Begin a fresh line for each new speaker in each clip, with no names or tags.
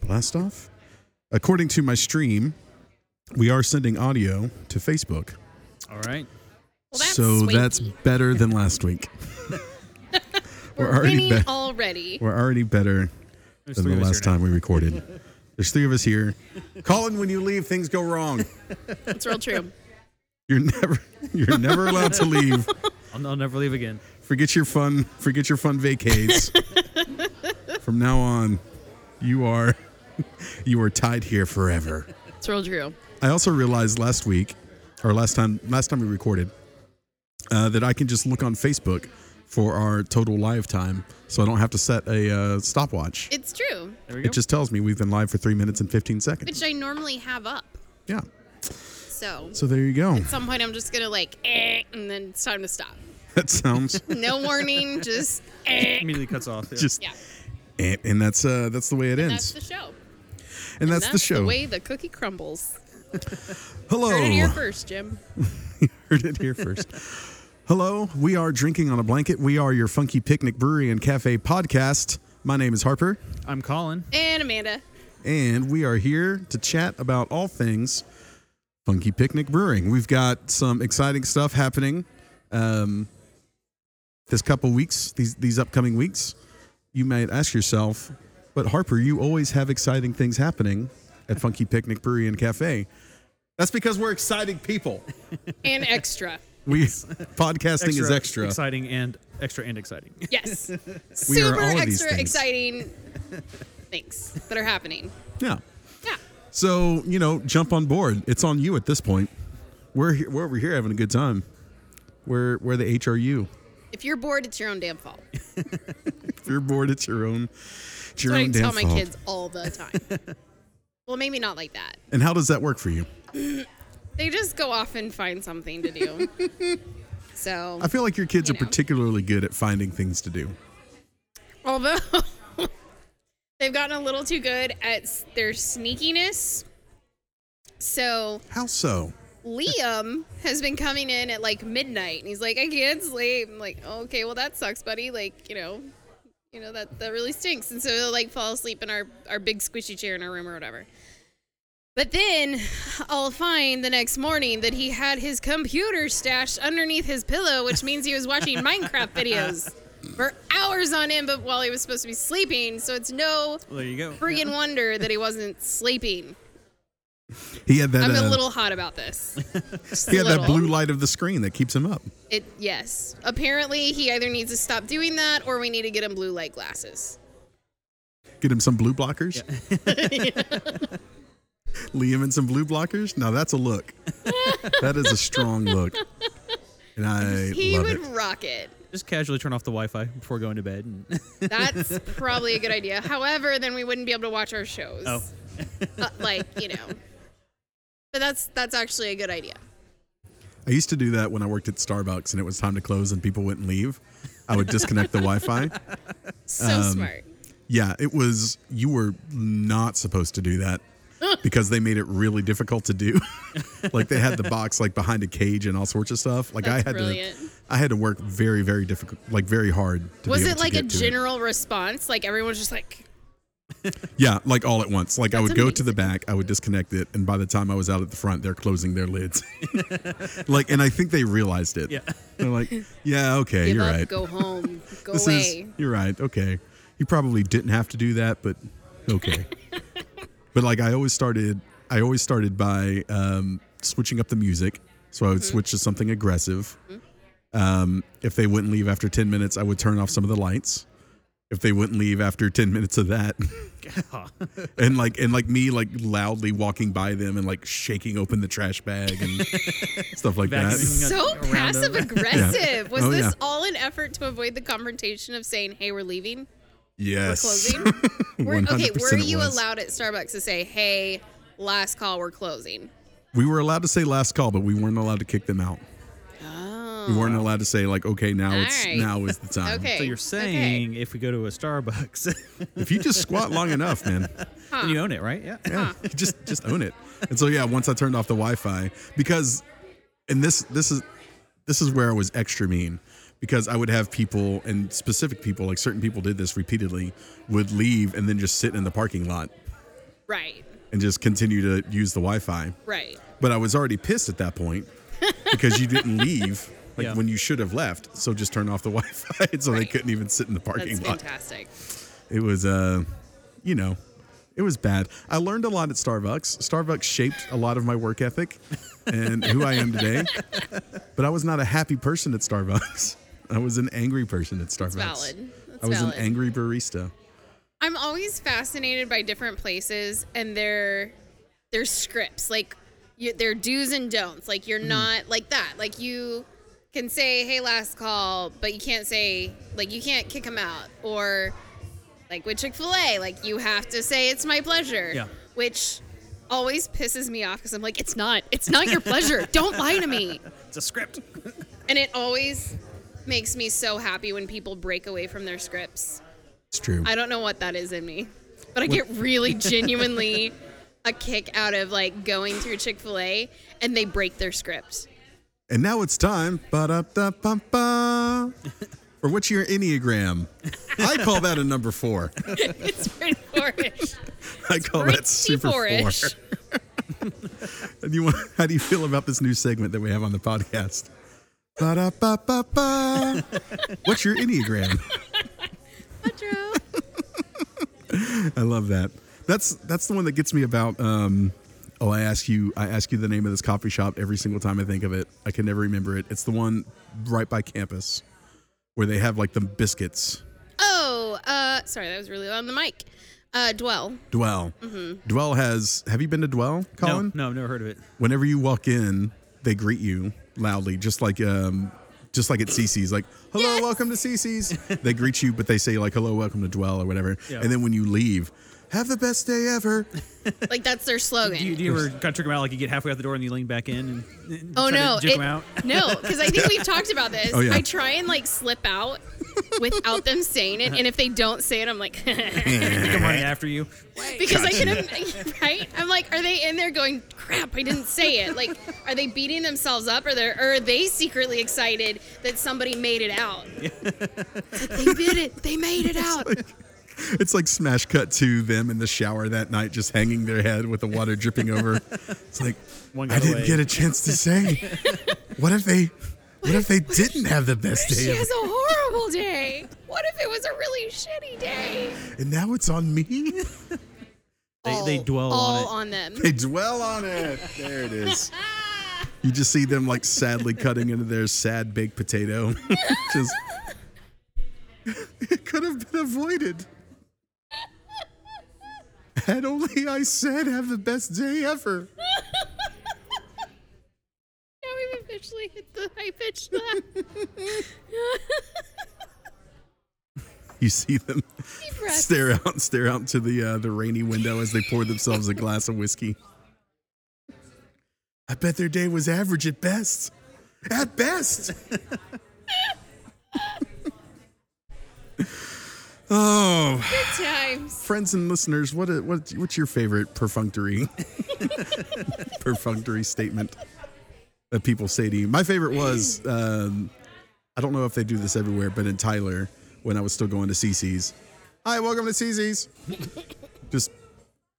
Blast off? According to my stream, we are sending audio to Facebook.
All right.
Well, that's
so
swanky.
that's better than last week.
we're,
we're already
winning
back.
already.
We're already better
There's
than
three
the
of us
last
here now.
time we recorded. There's three of us here. Colin, when you leave, things go wrong.
It's real true.
You're never you're never allowed to leave.
I'll, I'll never leave again.
Forget your fun forget your fun vacates. From now on, you are you are tied here forever.
It's real true.
I also realized last week, or last time, last time we recorded, uh, that I can just look on Facebook for our total live time, so I don't have to set a uh, stopwatch. It,
It's true.
There we go.
just tells me we've been live for three minutes and fifteen seconds.
Which I normally have up.
yeah.
So
So there you go.
at some point, I'm just gonna like, eh, and then it's time to stop.
That sounds
No warning. just eh.
immediately cuts off. Yeah.
just,
yeah.
and, and that's uh, that's the way it
That's
ends,
the show.
and that's,
That's
the show. Oh.
The way the cookie crumbles.
Hello.
Heard it here first, Jim.
Heard it here first. Hello, we are drinking on a blanket. We are your funky picnic brewery and cafe podcast. My name is Harper.
I'm Colin.
And Amanda.
and we are here to chat about all things Funky Picnic Brewing. We've got some exciting stuff happening um, this couple weeks, these these upcoming weeks. You might ask yourself, but Harper, you always have exciting things happening at Funky Picnic Brewery and Cafe. That's because we're exciting people.
And extra.
We podcasting is extra.
Exciting and extra and exciting.
Yes.
We are
Super
all of these
extra
things.
exciting things that are happening.
Yeah.
Yeah.
So you know, jump on board. It's on you at this point. We're he- we're over here having a good time. We're we're the HRU.
If you're bored, it's your own damn fault. That's
If you're bored, it's your own. It's your
what I
own damn
tell my
fault.
kids all the time. well, maybe not like that.
And how does that work for you?
They just go off and find something to do. so,
I feel like your kids
You
are
know.
particularly good at finding things to do.
although they've gotten a little too good at s- their sneakiness. So,
How so?
Liam has been coming in at like midnight and he's like, I can't sleep. I'm like, okay, well that sucks, buddy. Like, you know, you know, that, that really stinks. And so he'll like fall asleep in our, our big squishy chair in our room or whatever. But then I'll find the next morning that he had his computer stashed underneath his pillow, which means he was watching Minecraft videos for hours on end, but while he was supposed to be sleeping. So it's no
Well, there you go.
friggin' wonder that he wasn't sleeping.
He had that.
I'm a
uh,
little hot about this. Just a
he had that
little.
blue light of the screen that keeps him up.
It yes. Apparently, he either needs to stop doing that or we need to get him blue light glasses.
Get him some blue blockers. Liam and some blue blockers. Now that's a look. that is a strong look. And I
He
love
would
it.
rock it.
Just casually turn off the Wi-Fi before going to bed. And
That's probably a good idea. However, then we wouldn't be able to watch our shows.
oh,
Uh, like you know. But that's that's actually a good idea.
I used to do that when I worked at Starbucks and it was time to close and people wouldn't leave. I would disconnect the Wi-Fi.
So
Um,
smart.
Yeah, it was. You were not supposed to do that because they made it really difficult to do. like they had the box like behind a cage and all sorts of stuff. Like
That's
I had
brilliant.
to, I had to work very, very difficult, like very hard. To be
Was
able
it
to
like a
get to it.
general response? Like everyone's just like,
Yeah, like all at once. Like I
That's
would go to the back, I would disconnect it, and by the time I was out at the front, they're closing their lids. like, and I think they realized it.
Yeah.
they're like, yeah, okay,
give
you're
up,
right.
go home, go
this
away.
is you're right okay you probably didn't have to do that but okay but like i always started i always started by um, switching up the music so i
Mm-hmm.
would switch to something aggressive um, if they wouldn't leave after 10 minutes i would turn off some of the lights if they wouldn't leave after 10 minutes of that and like and like me like loudly walking by them and like shaking open the trash bag and stuff like that
Vacuuming.
so
Around
passive
them.
aggressive. Was
Oh,
this
yeah.
all an effort to avoid the confrontation of saying, "Hey, we're leaving"?
yes
closing? Were, okay,
100%
were
it
you
was.
allowed at Starbucks to say, "Hey, last call, we're closing"?
We were allowed to say last call, but we weren't allowed to kick them out. We weren't allowed to say like, okay, now it's
Alright.
now is the time.
Okay.
so you're
okay.
saying if we go to a Starbucks,
If you just squat long enough, man,
Huh.
then you own it, right? Yeah.
yeah, you just just own it. And so yeah, once I turned off the Wi-Fi because, and this this is this is where I was extra mean because I would have people and specific people like certain people did this repeatedly would leave and then just sit in the parking lot
Right.
and just continue to use the Wi-Fi.
Right.
But I was already pissed at that point because you didn't leave like
Yeah.
when you should have left. So just turn off the Wi-Fi, so they
Right.
couldn't even sit in the
That's
parking lot.
fantastic.
It was, uh, you know, it was bad. I learned a lot at Starbucks. Starbucks shaped a lot of my work ethic and who I am today. But I was not a happy person at Starbucks. I was an angry person at Starbucks.
valid. That's
I was
valid.
an angry barista.
I'm always fascinated by different places and their their scripts, like you, their do's and don'ts. Like you're not like that. Like you can say, "Hey, last call," but you can't say like you can't kick them out or like with Chick Fil A, like you have to say, "It's my pleasure,"
Yeah.
which always pisses me off because I'm like, "It's not. It's not your pleasure. Don't lie to me."
It's a script.
And it always makes me so happy when people break away from their scripts.
It's true.
I don't know what that is in me, but I get really genuinely a kick out of like going through Chick Fil A and they break their script.
and now it's time ba-da-da-ba-ba, for what's your Enneagram? I call that a number four.
It's pretty four-ish.
I call
Pretty
that super
four-ish.
four. Do you want, how do you feel about this new segment that we have on the podcast? Ba-da-ba-ba-ba. What's your Enneagram?
Metro.
I love that. That's that's the one that gets me about um oh I ask you I ask you the name of this coffee shop every single time I think of it. I can never remember it. It's the one right by campus where they have like the biscuits.
Oh, uh, sorry, that was really loud on the mic. Uh, dwell.
Dwell.
Mm-hmm.
Dwell has have you been to Dwell, Colin?
No, no, I've never heard of it.
whenever you walk in, they greet you loudly, just like um, just like at CC's, like "Hello,
Yes.
welcome to CC's." they greet you, but they say like "Hello, welcome to Dwell" or whatever.
Yeah.
And then when you leave, have the best day ever.
Like that's their slogan.
Do you, do you ever kind of trick them out? Like you get halfway out the door and you lean back in and, and
oh
try
no,
to jig
it-
'em out.
no, because I think we've talked about this.
Oh, yeah.
I try and like slip out without them saying it, and if they don't say it, I'm like.
Come running after you.
Because I can, im- right? I'm like, are they in there going, crap, I didn't say it? Like, are they beating themselves up? Or, they're- or are they secretly excited that somebody made it out? It's like, they did it. They made it out.
it's like smash cut to them in the shower that night, just hanging their head with the water dripping over. It's like
One got
I didn't
away.
get a chance to say. what if they? What if they didn't have the best
she
day ever?
has a horrible day. What if it was a really shitty day?
And now it's on me.
They, they
All-
dwell
all
on it.
on them.
They dwell on it. There it is. You just see them like sadly cutting into their sad baked potato. just it could have been avoided. Had only I said have the best day ever.
Now we've officially hit the high pitch laugh.
You see them
Deep breath.
stare out, stare out to the uh, the rainy window as they pour themselves a glass of whiskey. I bet their day was average at best. At best. oh,
Good times.
friends and listeners, what a, what what's your favorite perfunctory perfunctory statement that people say to you? My favorite was um, I don't know if they do this everywhere, but in Tyler when I was still going to CC's. Hi, welcome to CC's. just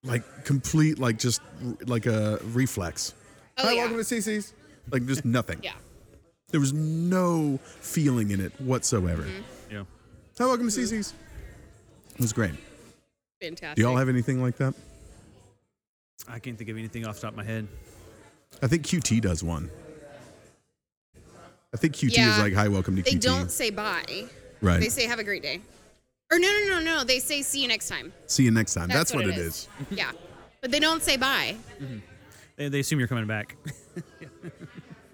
like complete like just r- like a reflex.
Oh,
Hi,
yeah.
welcome to CC's. Like just nothing.
Yeah.
There was no feeling in it whatsoever.
Mm-hmm.
Yeah.
Hi, welcome to CC's. It was great.
Fantastic.
Do y'all have anything like that?
I can't think of anything off the top of my head.
I think QT does one. I think QT
Yeah.
is like, "Hi, welcome to
they
QT."
don't say bye.
right.
They say have a great day. Or no, no, no, no. They say see you next time.
See you next time. That's, what, it is.
yeah. But they don't say bye.
They, they assume you're coming back.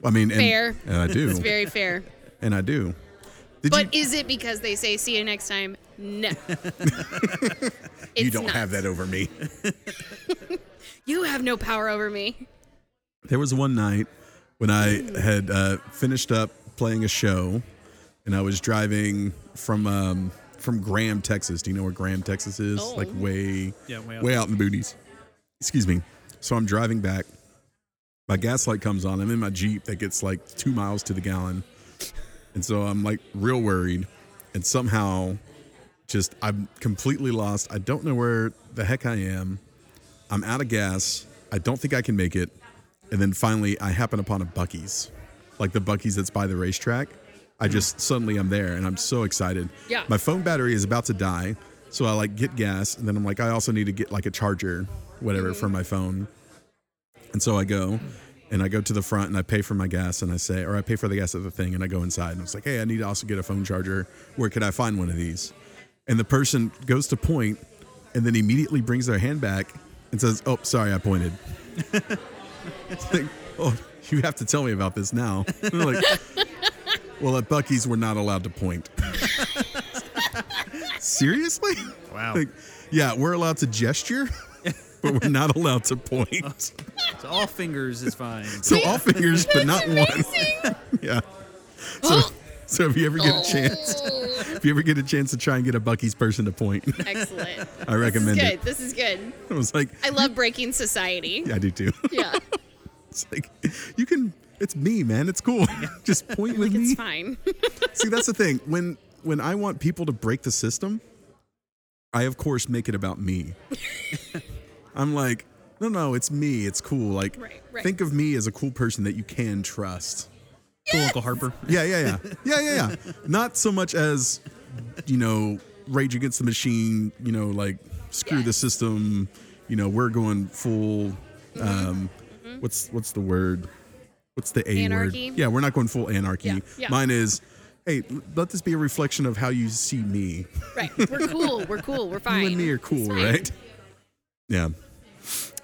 I mean, and,
Fair.
and I do,
It's very fair.
and I do. Did
But
you?
is it because they say see you next time? No.
You
It's
don't
not.
have that over me.
You have no power over me.
There was one night when I had uh, finished up playing a show, and I was driving from um, from Graham, Texas. Do you know where Graham, Texas is?
Oh.
Like way,
Yeah, way out.
way out in the boonies. Excuse me. So I'm driving back. My gas light comes on. I'm in my Jeep that gets like two miles to the gallon. And so I'm like real worried. And somehow just I'm completely lost. I don't know where the heck I am. I'm out of gas. I don't think I can make it. And then finally, I happen upon a Bucky's, like the Bucky's that's by the racetrack. I just suddenly I'm there and I'm so excited.
Yeah.
My phone battery is about to die, so I like get gas and then I'm like I also need to get like a charger, whatever for my phone. And so I go and I go to the front and I pay for my gas and I say, or I pay for the gas at the thing and I go inside and I was like, hey, I need to also get a phone charger. Where could I find one of these? And the person goes to point and then immediately brings their hand back and says, oh, sorry, I pointed. It's like, oh, you have to tell me about this now. And they're like, well, at Bucky's, we're not allowed to point. Seriously?
Wow.
Like, yeah, we're allowed to gesture, but we're not allowed to point.
So all fingers is fine.
So all fingers, but not one.
Amazing.
Yeah. So, so if you ever get a chance,
Oh,
if you ever get a chance to try and get a Bucky's person to point,
Excellent.
I
this is
recommend it.
good. This is good.
I was like,
I love breaking society.
yeah, I do too.
Yeah.
It's like you can. It's me, man. It's cool. Just point with
It's
me.
fine.
See, that's the thing. When when I want people to break the system, I of course make it about me. I'm like, no, no, it's me. It's cool. Like,
Right, right.
think of me as a cool person that you can trust.
Cool Uncle Harper.
Yeah, yeah, yeah. Yeah, yeah, yeah. Not so much as, you know, Rage Against the Machine, you know, like screw
Yeah.
the system, you know, we're going full um what's what's the word? What's the A
Mm-hmm. Anarchy?
word? Yeah, we're not going full anarchy.
Yeah, yeah.
Mine is hey, l- let this be a reflection of how you see me.
right. We're cool. We're cool. We're fine.
You and me are cool,
It's fine.
right? Yeah.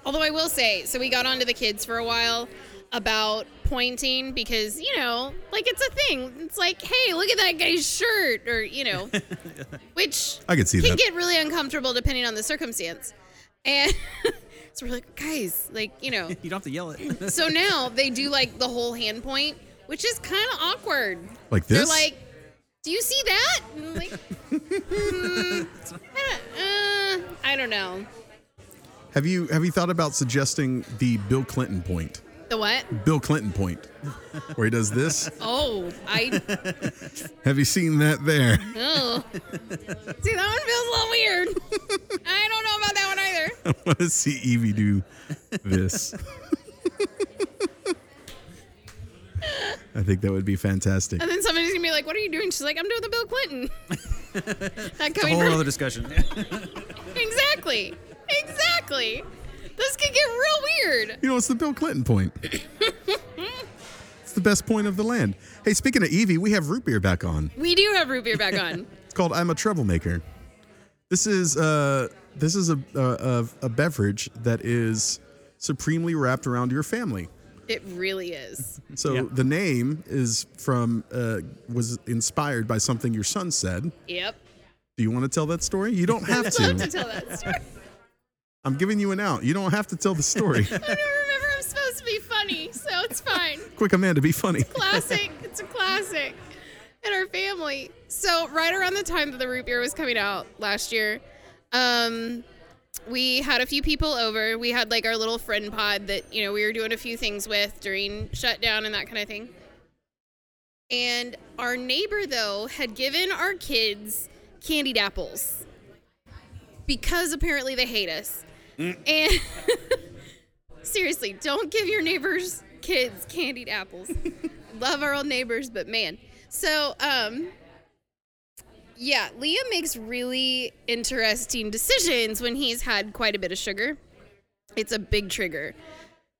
Although I will say, so we got onto the kids for a while about pointing because you know, like it's a thing. It's like, hey, look at that guy's shirt, or you know, which
I could see
can
that.
get really uncomfortable depending on the circumstance. And so we're like, guys, like you know.
You don't have to yell it.
So now they do like the whole hand point, which is kind of awkward.
Like
They're
this?
like, do you see that? And I'm like, "Mm, I, don't, uh, I don't know.
have you have you thought about suggesting the Bill Clinton point?
The what?
Bill Clinton point. Where he does this.
Oh, I
Have you seen that there?
Oh. See, that one feels a little weird. I don't know about that one either.
want to see Evie do this. I think that would be fantastic.
And then somebody's gonna be like, "What are you doing?" She's like, "I'm doing the Bill Clinton." Not
A
coming
whole
from
other discussion.
exactly, exactly. This could get real weird.
You know, it's the Bill Clinton point. it's the best point of the land. Hey, speaking of Evie, we have root beer back on.
We do have root beer back on.
It's called "I'm a Troublemaker." This is uh, this is a, a a- a beverage that is supremely wrapped around your family.
It really is.
So
Yeah.
the name is from uh, was inspired by something your son said.
Yep.
Do you want to tell that story? You don't have
I'd love to tell that story.
I'm giving you an out. You don't have to tell the story.
I don't remember. I'm supposed to be funny, so it's fine.
Quick, Amanda, be funny.
classic. It's a classic in our family. So right around the time that the root beer was coming out last year, um, we had a few people over. We had like our little friend pod that you know we were doing a few things with during shutdown and that kind of thing. And our neighbor though had given our kids candied apples because apparently they hate us. And seriously, don't give your neighbors kids candied apples. Love our old neighbors, but man. So, um yeah, Liam makes really interesting decisions when he's had quite a bit of sugar. It's a big trigger.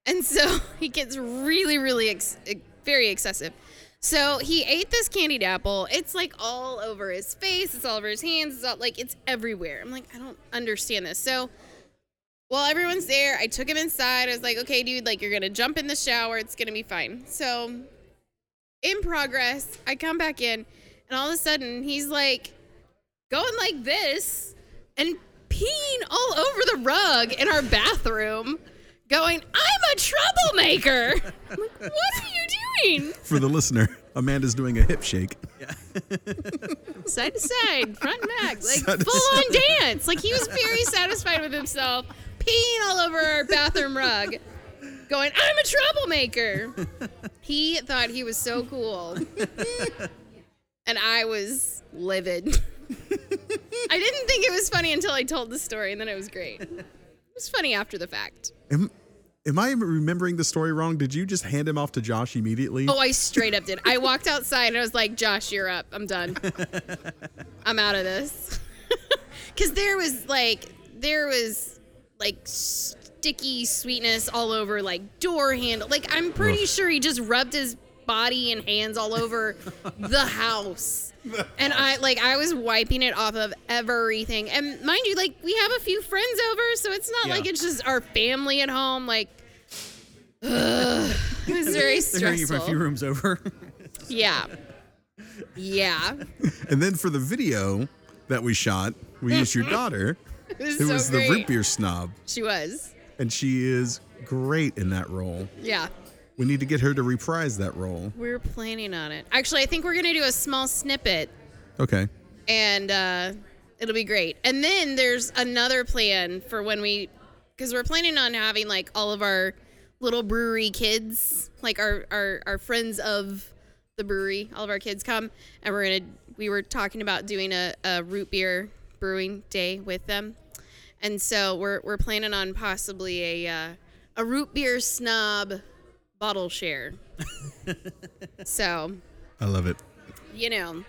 And so he gets really really ex- ex- very excessive. So he ate this candied apple. It's like all over his face, it's all over his hands, it's all like it's everywhere. I'm like, I don't understand this. So well, everyone's there. I took him inside. I was like, okay, dude, like you're gonna jump in the shower. It's gonna be fine. So, in progress, I come back in, and all of a sudden, he's like going like this and peeing all over the rug in our bathroom, going, I'm a troublemaker. I'm like, what are you doing?
For the listener, Amanda's doing a hip shake.
side to side, front and back,
Side
like
to
full on dance. Like he was very satisfied with himself, peeing all over our bathroom rug, going, "I'm a troublemaker." He thought he was so cool, and I was livid. I didn't think it was funny until I told the story, and then it was great. was funny after the fact.
Am, am I remembering the story wrong? Did you just hand him off to Josh immediately?
Oh, I straight up did. I walked outside and I was like, Josh, you're up. I'm done. I'm out of this. Because there was like, there was like sticky sweetness all over like door handle. Like, I'm pretty sure he just rubbed his body and hands all over the house. And I like I was wiping it off of everything. And mind you, like we have a few friends over, so it's not
Yeah.
like it's just our family at home. Like, ugh, it was very
They're hearing you from a few
stressful.
rooms over.
Yeah. Yeah.
And then for the video that we shot, we used your daughter.
It was,
It
Mm-hmm. so
was
great.
the root beer snob,
She was.
and she is great in that role.
Yeah.
We need to get her to reprise that role.
We were planning on it. Actually, I think we're going to do a small snippet
Okay.
and uh, it'll be great. And then there's another plan for when we, because we're planning on having like all of our little brewery kids, like our our, our friends of the brewery, all of our kids come, and we're gonna. We were talking about doing a, a root beer brewing day with them, and so we're we're planning on possibly a uh, a root beer snob bottle share. so
I love it.
you know,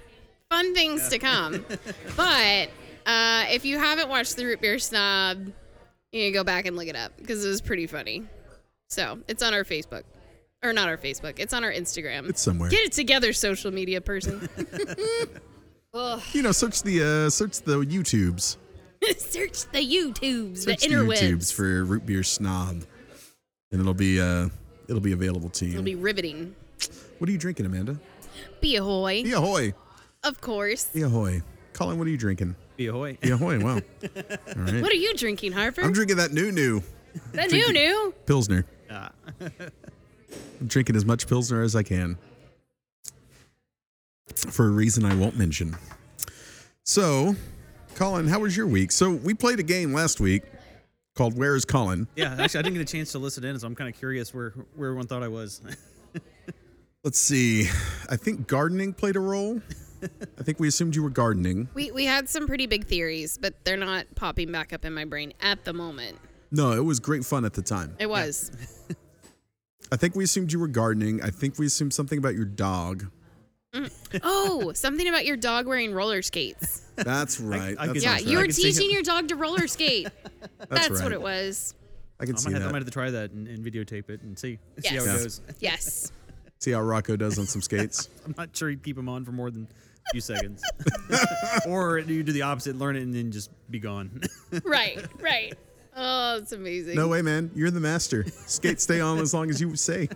fun things to come. but uh, if you haven't watched The Root Beer Snob, you need to go back and look it up because it was pretty funny. So it's on our Facebook. Or not our Facebook, it's on our Instagram.
It's somewhere.
Get it together, social media person. Ugh.
You know, search the uh, search the YouTubes,
Search the YouTubes,
search
the
the,
interwebs.
YouTubes for root beer snob, and it'll be uh, it'll be available to you.
It'll be riveting.
what are you drinking, Amanda?
Be ahoy,
Be ahoy!
of course.
Be ahoy! Colin, what are you drinking?
Be ahoy.
Be ahoy! Wow. All right.
What are you drinking, Harper?
I'm drinking that new new
the new new.
pilsner.
Ah.
I'm drinking as much pilsner as I can for a reason I won't mention. So, Colin, how was your week? So we played a game last week called "Where Is Colin."
Yeah, actually, I didn't get a chance to listen in, so I'm kind of curious where where everyone thought I was.
Let's see. I think gardening played a role. I think we assumed you were gardening.
We, we had some pretty big theories, but they're not popping back up in my brain at the moment.
No, it was great fun at the time.
It was.
I think we assumed you were gardening. I think we assumed something about your dog.
Oh, something about your dog wearing roller skates.
That's right.
I
That
could-
sounds
Yeah,
right.
you were
can see
teaching
him.
your dog to roller skate. That's,
right.
what it was.
I can
I
see
might, have, I might
that.
have to try that and, and videotape it and see see
Yes.
how it
Yeah.
goes.
Yes.
See how Rocco does on some skates.
I'm not sure you'd keep them on for more than a few seconds, or you do the opposite, learn it, and then just be gone.
right, right. Oh, it's amazing.
No way, man. You're the master. Skates stay on as long as you say.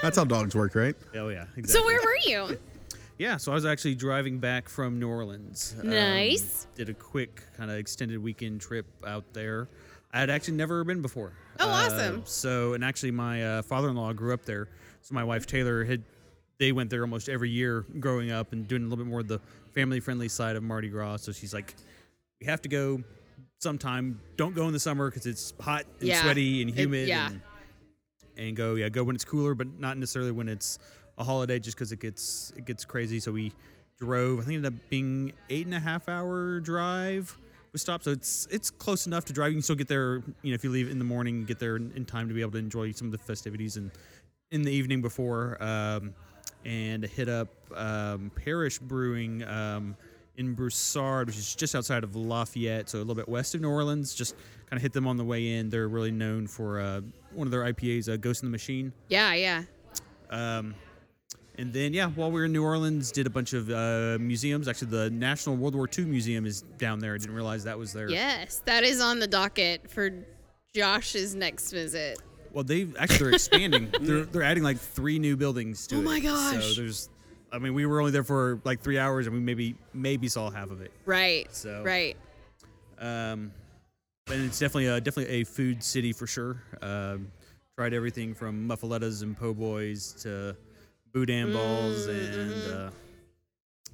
That's how dogs work, right?
oh yeah, exactly.
so where were you?
Yeah, so I was actually driving back from New Orleans. Um,
Nice.
did a quick kind of extended weekend trip out there. I had actually never been before.
Oh,
Uh,
awesome.
So, and actually, my uh, father-in-law grew up there. So my wife Taylor had they went there almost every year growing up and doing a little bit more of the family-friendly side of Mardi Gras. So she's like, "We have to go sometime. Don't go in the summer because it's hot and
Yeah.
sweaty and
It-
humid.
yeah.
And, and go yeah go when it's cooler but not necessarily when it's a holiday just because it gets it gets crazy so we drove i think it ended up being eight and a half hour drive we stopped so it's it's close enough to drive you can still get there you know if you leave in the morning get there in, in time to be able to enjoy some of the festivities and in the evening before um, and hit up um, parish brewing um, in Broussard, which is just outside of Lafayette, so a little bit west of New Orleans. Just kind of hit them on the way in. They're really known for uh, one of their IPAs, uh, Ghost in the Machine.
Yeah, yeah.
Um, and then, yeah, while we were in New Orleans, did a bunch of uh, museums. Actually, the National World War II Museum is down there. I didn't realize that was there.
Yes, that is on the docket for Josh's next visit.
Well, they actually they're expanding. they're they're adding like three new buildings to
Oh
it.
my gosh.
So there's, I mean, we were only there for like three hours, and we maybe maybe saw half of it.
Right.
So-
Right.
Um, and it's definitely a, definitely a food city for sure. Um, tried everything from muffalettas and po' boys to boudin balls and uh,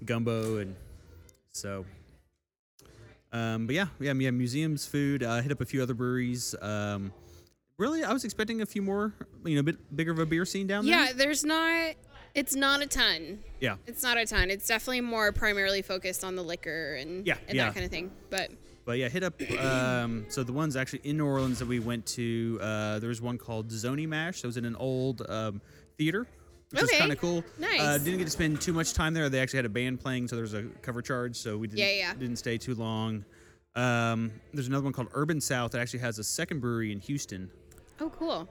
gumbo, and so. Um, but yeah, yeah, yeah. Museums, food. Uh, hit up a few other breweries. Um, really, I was expecting a few more. You know, a bit bigger of a beer scene down there.
Yeah, there's not it's not a ton.
Yeah,
It's not a ton. It's definitely more primarily focused on the liquor and,
Yeah,
and
yeah.
that kind of thing. But
But yeah, hit up. Um, so the ones actually in New Orleans that we went to, uh, there was one called Zony Mash. That was in an old um, theater, which was
Okay.
kind of cool. Uh,
Nice.
didn't get to spend too much time there. They actually had a band playing, so there was a cover charge. So we didn't,
Yeah, yeah.
didn't stay too long. Um, there's another one called Urban South that actually has a second brewery in Houston
Oh, cool.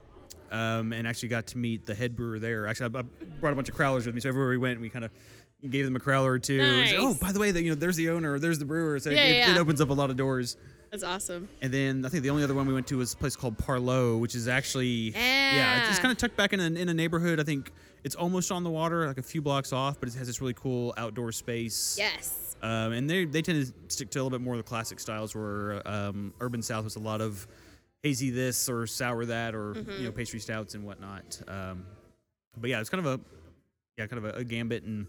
um, and actually got to meet the head brewer there. Actually, I, I brought a bunch of crowlers with me, so everywhere we went, we kind of gave them a crowler or two. and said,
Nice.
oh, by the way, that you know, there's the owner, or there's the brewer. So it-
Yeah,
it,
yeah,
it
yeah.
opens up a lot of doors.
That's awesome.
And then I think the only other one we went to was a place called Parlow, which is actually yeah, it's,
Yeah.
kind of tucked back in a, in a neighborhood. I think it's almost on the water, like a few blocks off, but it has this really cool outdoor space.
Yes.
Um, and they they tend to stick to a little bit more of the classic styles, where um, Urban South was a lot of hazy this or sour that, or
Mm-hmm.
you know pastry stouts and whatnot. Um, but yeah, it's kind of a yeah kind of a, a gambit, and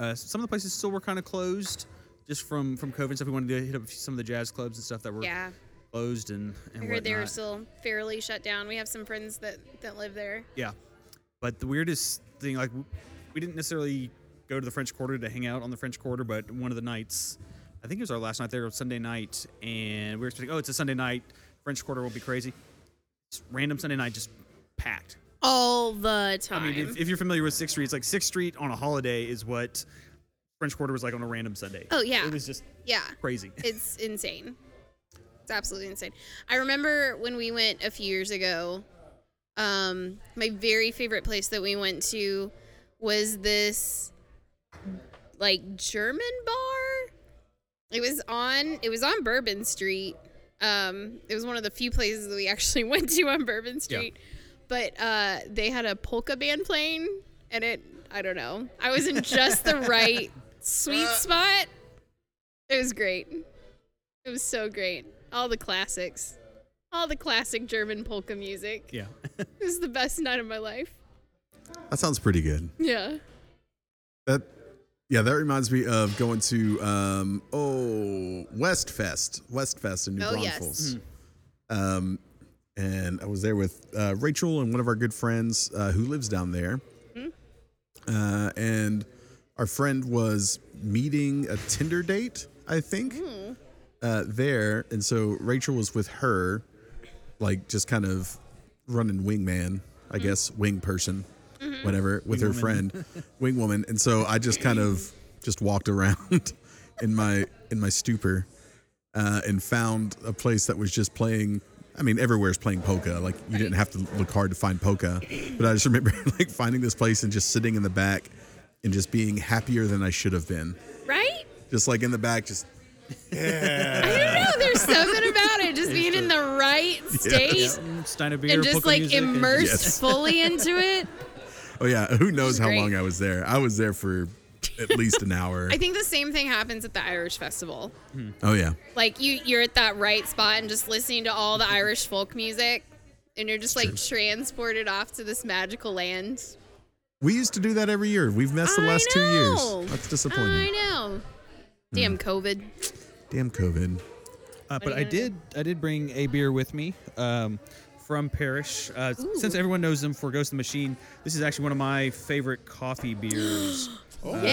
uh, some of the places still were kind of closed just from from COVID stuff. We wanted to hit up some of the jazz clubs and stuff that were
Yeah.
closed and and
I heard they were
whatnot.
still fairly shut down. We have some friends that that live there.
Yeah. But the weirdest thing, like, w- we didn't necessarily go to the French Quarter to hang out on the French Quarter, but one of the nights, I think it was our last night there, it was Sunday night, and we were expecting, oh, it's a Sunday night, French Quarter will be crazy. Just random Sunday night, just packed.
All the
I
time.
mean, if, if you're familiar with Sixth Street, it's like Sixth Street on a holiday is what French Quarter was like on a random Sunday.
oh yeah.
It was just
yeah.
crazy.
It's insane. It's absolutely insane. I remember when we went a few years ago, um, my very favorite place that we went to was this like German bar. It was on it was on Bourbon Street. Um, it was one of the few places that we actually went to on Bourbon Street. But uh, they had a polka band playing and it I don't know. I was in just the right sweet spot. It was great. It was so great. All the classics. All the classic German polka music.
Yeah.
It was the best night of my life.
That sounds pretty good.
Yeah.
That yeah, that reminds me of going to um oh Westfest. Westfest in New
Oh, yes. Mm-hmm.
Braunfels. Um and I was there with uh, Rachel and one of our good friends uh, who lives down there.
Mm-hmm.
Uh, and our friend was meeting a Tinder date, I think,
Mm-hmm.
uh, there. And so Rachel was with her, like just kind of running wingman, I
Mm-hmm.
guess, wing person, whatever, with her friend, wing woman. And so I just kind of just walked around in my in my stupor uh, and found a place that was just playing. I mean, everywhere's playing polka. Like you didn't have to look hard to find polka, but I just remember like finding this place and just sitting in the back and just being happier than I should have been.
Right?
Just like in the back, just
I don't know. There's something about it. Just being in the right state
Mm, Stein of beer,
and just
polka
like
music, and
immersed
Yes.
fully into it.
oh yeah, who knows
is
how
great.
long I was there? I was there for at least an hour.
I think the same thing happens at the Irish Festival.
oh yeah,
Like you you're at that right spot and just listening to all the Irish folk music and you're just like transported off to this magical land.
we used to do that every year. We've messed the
I
last two
know.
years. That's
I
disappointing.
know. Damn
Mm.
COVID.
Damn COVID.
Uh, but
are
I
you gonna
did I did bring a beer with me um, from Parrish. Uh, since everyone knows them for Ghost in the Machine, this is actually one of my favorite coffee beers. Uh, if you can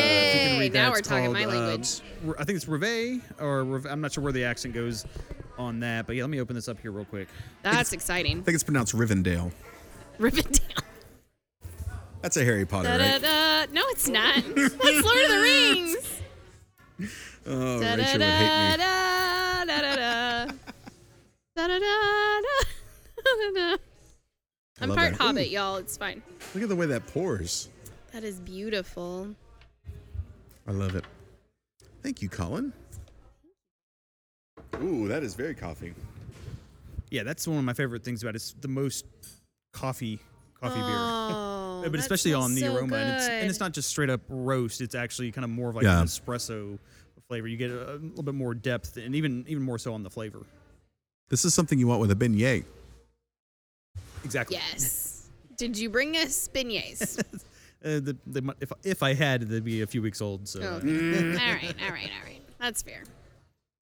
Yay,
read
now
that,
we're
it's
talking my
uh,
language.
R- I think it's Reveille, or Reve- I'm not sure where the accent goes on that. But yeah, let me open this up here real quick.
That's exciting.
I think it's pronounced Rivendell.
Rivendell.
That's a Harry Potter, right?
Da-da-da. No, it's not. That's Lord of the Rings.
Oh,
Da da
Rachel would
da
hate
da da
me.
da da da da da da. I'm
love
part
that.
Hobbit,
Ooh.
y'all. It's fine.
Look at the way that pours.
That is beautiful.
I love it. Thank you, Colin. Ooh, that is very coffee.
Yeah, that's one of my favorite things about it. It's the most coffee coffee beer.
Oh,
But
that
especially
smells
on the
so
aroma, and it's, and it's
good.
not just straight up roast. It's actually kind of more of like
Yeah.
an espresso flavor. You get a, a little bit more depth, and even even more so on the flavor.
This is something you want with a beignet.
Exactly.
Yes. Did you bring us beignets?
Uh, the, the, mu- if, if I had, they'd be a few weeks old. So, uh,
Oh, okay.
Mm.
all right, all right, all right. That's fair.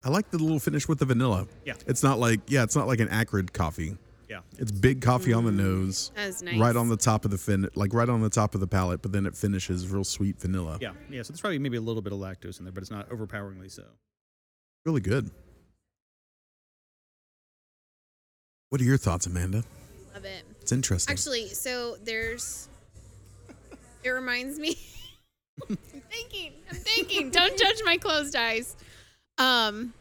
I like the little finish with the vanilla.
Yeah.
It's not like yeah, it's not like an acrid coffee.
yeah.
It's big coffee on the nose,
That's Mm. nice.
right on the top of the fin, like right on the top of the palate, but then it finishes real sweet vanilla.
Yeah. Yeah. So, there's probably maybe a little bit of lactose in there, but it's not overpoweringly so.
Really good. What are your thoughts, Amanda?
Love it.
It's interesting.
Actually, so there's. It reminds me. I'm thinking. I'm thinking. Don't judge my closed eyes. Um.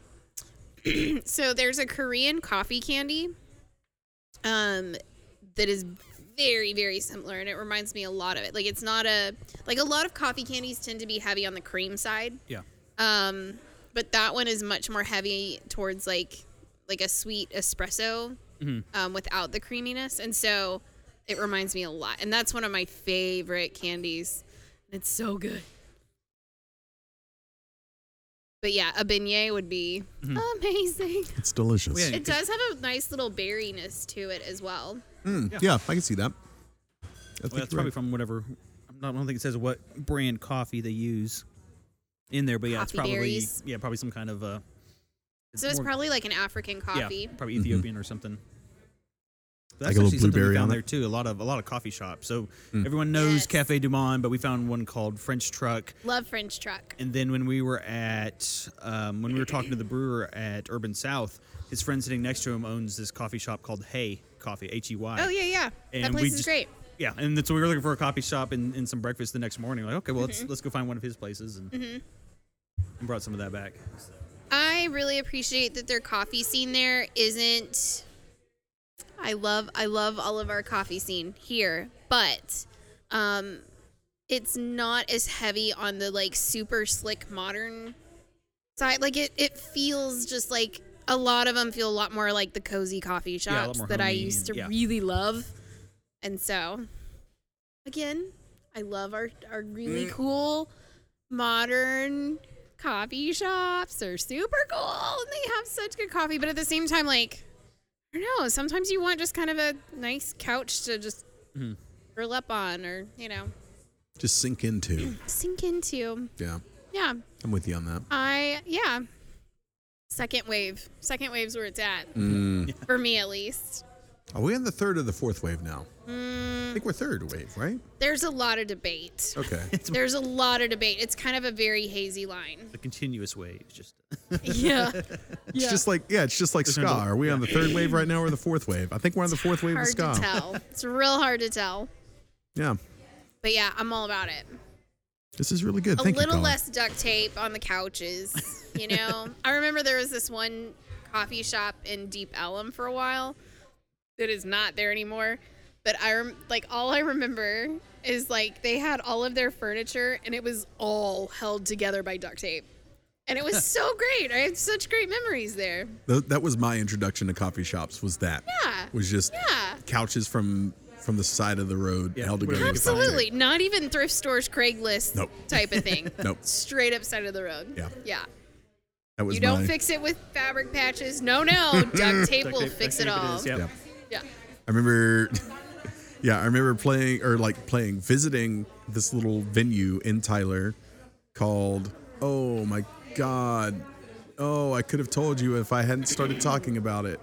so there's a Korean coffee candy. Um, that is very very similar, and it reminds me a lot of it. Like it's not a like a lot of coffee candies tend to be heavy on the cream side.
Yeah.
Um, but that one is much more heavy towards like like a sweet espresso
Mm-hmm.
um, without the creaminess, and so it reminds me a lot. And that's one of my favorite candies. It's so good. But yeah, a beignet would be
Mm-hmm.
amazing.
it's delicious.
Yeah.
It does have a nice little berryness to it as well.
Mm, yeah. I can see that. I think
Well, that's
you're
probably
right.
from whatever. I'm not- I don't think it says what brand coffee they use in there, but yeah, it's
Coffee
probably
berries.
yeah, probably some kind of uh.
So it's
more-
probably like an African coffee.
Yeah, probably Ethiopian or something. But
Like
that's
a little
actually something
blueberry
we
on
found
Mm. it?
there too. A lot of a lot of coffee shops. So everyone knows
Yes.
Cafe Du Monde, but we found one called French Truck.
Love French truck.
And then when we were at um, when we were talking to the brewer at Urban South, his friend sitting next to him owns this coffee shop called Hey Coffee, H E Y.
Oh yeah, yeah. that
And we
place is
just-
great.
Yeah, and that's so we were looking for a coffee shop and, and some breakfast the next morning. Like, okay, well
Mm-hmm.
let's let's go find one of his places and, and brought some of that back. So,
I really appreciate that their coffee scene there isn't I love I love all of our coffee scene here, but um it's not as heavy on the like super slick modern side. Like it it feels just like a lot of them feel a lot more like the cozy coffee
a lot
shops
more
that I
homey
used to
and- yeah.
really love. And so again, I love our our really cool modern coffee shops are super cool and they have such good coffee but at the same time like i don't know sometimes you want just kind of a nice couch to just curl up on or you know
Just sink into.
sink into
yeah.
yeah
I'm with you on that.
i yeah second wave second wave's where it's at for me at least
Are we on the third or the fourth wave now?
Mm.
I think we're third wave, right?
there's a lot of debate
Okay.
there's a lot of debate it's kind of a very hazy line
the continuous waves, just
yeah
It's just like yeah, it's just like ska.
no-
Are we on the third wave right now or the fourth wave? I think we're on the fourth wave of
hard to
ska.
tell it's real hard to tell
Yeah,
but yeah i'm all about it
this is really good.
a
Thank you,
little
Colin.
less duct tape on the couches, you know. I remember there was this one coffee shop in Deep Ellum for a while that is not there anymore. But I rem- like all I remember is like they had all of their furniture and it was all held together by duct tape. And it was so great. I had such great memories there.
Th- that was my introduction to coffee shops. Was that?
Yeah.
Was just
Yeah.
couches from from the side of the road
Yeah,
held
whatever
together.
you
with duct tape.
Absolutely. Not even thrift stores, Craigslist
Nope.
type of thing.
Nope.
Straight up side of the road.
Yeah.
Yeah.
That was
You don't
my-
fix it with fabric patches. No, no. Duct tape will
Duct tape-
fix
duct
it
tape
all.
is, yeah.
Yeah.
Yeah.
I remember. Yeah, I remember playing or like playing visiting this little venue in Tyler called Oh my god. Oh, I could have told you if I hadn't started talking about it.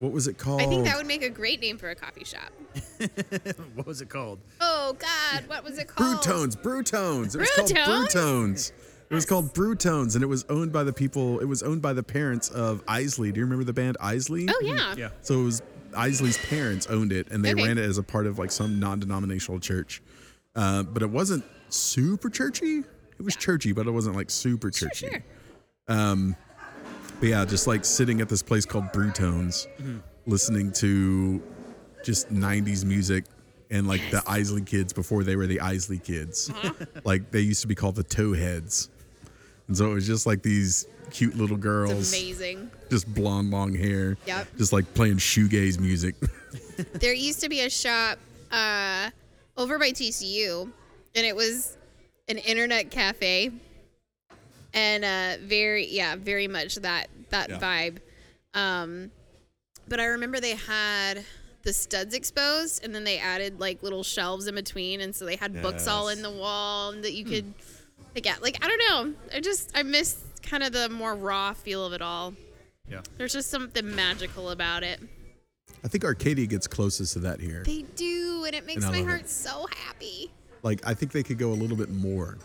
What was it called?
I think that would make a great name for a coffee shop.
What was it called?
Oh God, what was it called?
Brewtones, Brewtones. It was called
Brewtones?
Brewtones. It was called Brewtones, and it was owned by the people. It was owned by the parents of Isley. Do you remember the band Isley?
Oh yeah.
Yeah.
So it was Isley's parents owned it, and they
Okay.
ran it as a part of like some non-denominational church. Uh, but it wasn't super churchy. It was churchy, but it wasn't like super churchy.
sure.
But yeah, just like sitting at this place called Brewtones,
Mm-hmm.
listening to just 90s music and like the Isley kids before they were the Isley kids.
Uh-huh.
like they used to be called the Towheads. And so it was just like these cute little
It's
girls,
amazing.
just blonde, long hair,
Yep.
just like playing shoegaze music.
There used to be a shop uh, over by TCU, and it was an internet cafe, and uh, very yeah, very much that that
Yeah.
vibe. Um, but I remember they had the studs exposed, and then they added like little shelves in between, and so they had books all
Yes.
in the wall and that you could pick out. Like I don't know, I just I miss kind of the more raw feel of it all.
Yeah.
There's just something magical about it.
I think Arcadia gets closest to that here.
They do, and it makes
And I
my
love it.
heart so happy.
Like I think they could go a little bit more.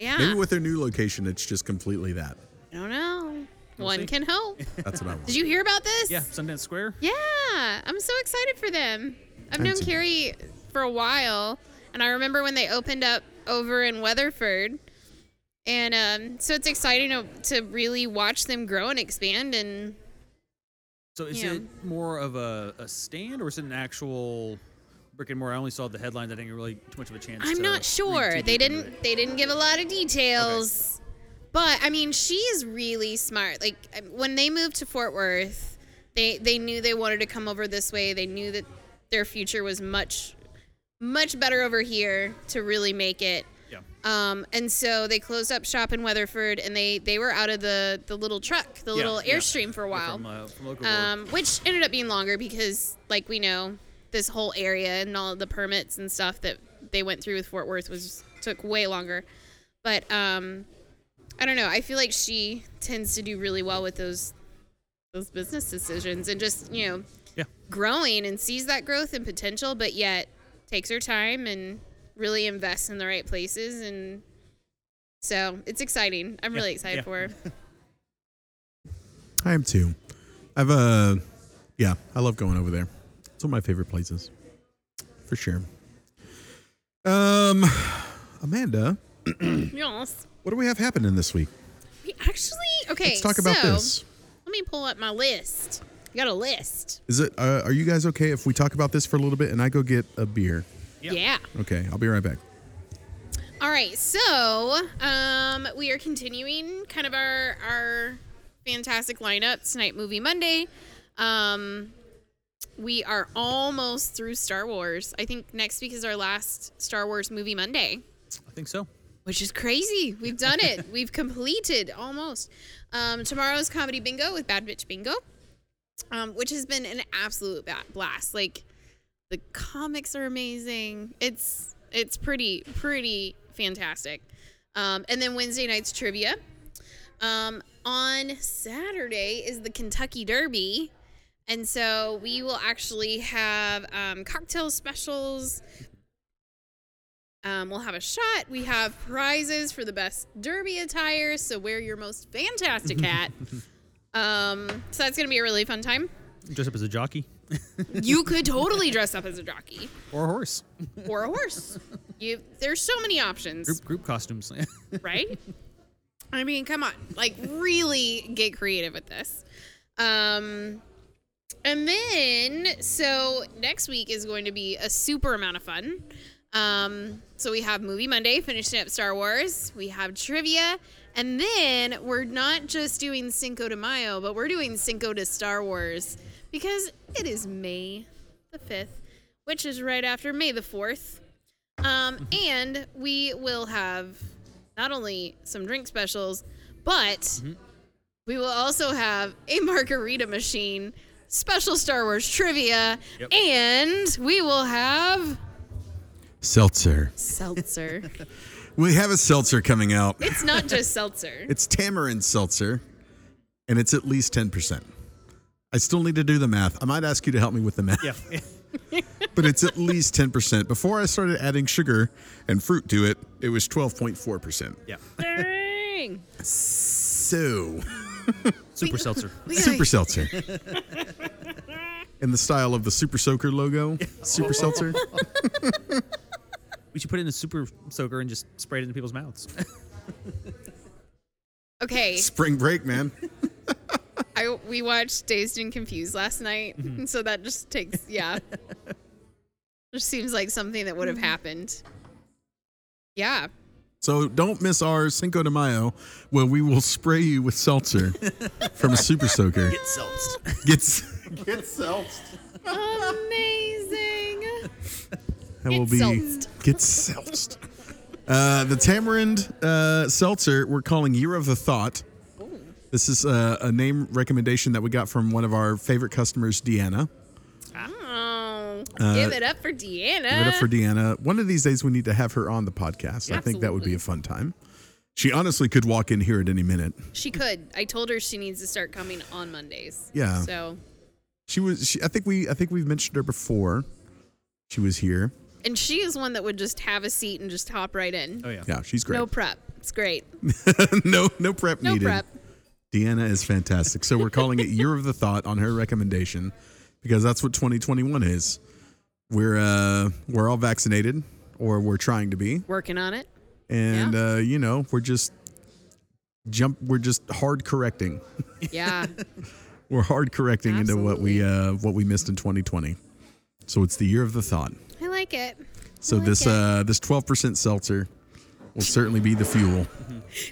Yeah.
Maybe with their new location, it's just completely that.
I don't know. One
see.
can hope.
That's what I want.
Did you hear about this?
Yeah, Sundance Square.
Yeah, I'm so excited for them. I've known
Fancy.
Carrie for a while, and I remember when they opened up over in Weatherford. And um, so it's exciting to, to really watch them grow and expand. And
So is
Yeah.
it more of a, a stand or is it an actual brick and mortar? I only saw the headlines. I didn't really get too much of a chance.
I'm
to
not
read
sure
too
they
deep into
didn't
it.
they didn't give a lot of details, but I mean she's really smart. Like um, when they moved to Fort Worth, they they knew they wanted to come over this way. They knew that their future was much much better over here to really make it.
Yeah.
Um, and so they closed up shop in Weatherford, and they they were out of the the little truck, the
Yeah,
little
yeah.
airstream for a
Yeah,
while,
From, uh, from local um,
um, which ended up being longer because, like we know, this whole area and all the permits and stuff that they went through with Fort Worth was took way longer. But um, I don't know. I feel like she tends to do really well with those those business decisions and just you know
Yeah.
growing and sees that growth and potential, but yet takes her time and really invests in the right places. And so it's exciting. I'm really excited
yeah.
for her.
I am too. I've uh yeah, I love going over there. It's one of my favorite places. For sure. Um Amanda,
yes.
what do we have happening this week?
We actually, okay.
Let's talk about
so,
this.
Let me pull up my list. You got a list.
Is it uh, are you guys okay if we talk about this for a little bit and I go get a beer?
Yep.
Yeah.
Okay, I'll be right back.
All right. So, um, we are continuing kind of our our fantastic lineup tonight. Movie Monday. Um, we are almost through Star Wars. I think next week is our last Star Wars Movie Monday.
I think so.
which is crazy. We've done it. We've completed almost. Um, tomorrow's comedy bingo with Bad Bitch Bingo, um, which has been an absolute ba- blast. Like the comics are amazing. It's it's pretty pretty fantastic. Um, and then Wednesday night's trivia. Um, on Saturday is the Kentucky Derby. And so we will actually have um, cocktail specials. Um, we'll have a shot. We have prizes for the best derby attire. So wear your most fantastic hat. um, so that's going to be a really fun time.
Dress up as a jockey
You could totally dress up as a jockey
or a horse.
or a horse. You, there's so many options,
Group, group costumes.
right? I mean, come on, like really get creative with this. Um, and then, so next week is going to be a super amount of fun. Um, so we have Movie Monday, finishing up Star Wars. We have trivia. And then we're not just doing Cinco de Mayo, but we're doing Cinco de Star Wars because it is May the 5th, which is right after May the 4th. Um, and we will have not only some drink specials, but.
Mm-hmm.
We will also have a margarita machine, special Star Wars trivia,
Yep.
and we will have
Seltzer.
seltzer.
We have a seltzer coming out.
it's not just seltzer.
It's tamarind seltzer, and it's at least 10%. I still need to do the math. I might ask you to help me with the math,
yeah.
but it's at least 10%. Before I started adding sugar and fruit to it, it was 12.4%.
Yeah.
Dang.
So,
Super seltzer.
We gotta-
super seltzer. In the style of the Super Soaker logo, Super Seltzer.
We should put it in a super soaker and just spray it into people's mouths.
Okay,
Spring break, man.
I we watched Dazed and Confused last night,
Mm-hmm.
and so that just takes yeah. just seems like something that would
Mm-hmm.
have happened. Yeah.
So don't miss our Cinco de Mayo, where we will spray you with seltzer from a Super Soaker.
Seltzed.
Gets get seltzed.
Amazing.
That
Get
will be
seltzed.
get seltzed. Uh, the tamarind uh, seltzer we're calling Year of the Thought. This is uh, a, a name recommendation that we got from one of our favorite customers, Deanna.
Oh, give it up for Deanna.
Uh, Give it up for Deanna. One of these days, we need to have her on the podcast. I think that would
Absolutely.
be a fun time. She honestly could walk in here at any minute.
She could. I told her she needs to start coming on Mondays.
Yeah.
So,
She was. She, I think we. I think we've mentioned her before. She was here.
and she is one that would just have a seat and just hop right in.
Oh, yeah.
Yeah, she's great.
No prep. It's great.
no, no prep
No
needed.
prep.
Deanna is fantastic. So we're calling it Year of the Thought on her recommendation because that's what 2021 is. We're uh we're all vaccinated or we're trying to be
Working on it.
and uh you know, we're just jump we're just hard correcting.
Yeah.
We're hard correcting into what we uh what we missed in 2020. So it's the Year of the Thought.
I like it.
So
I like
this
it.
uh this 12% seltzer will certainly be the fuel.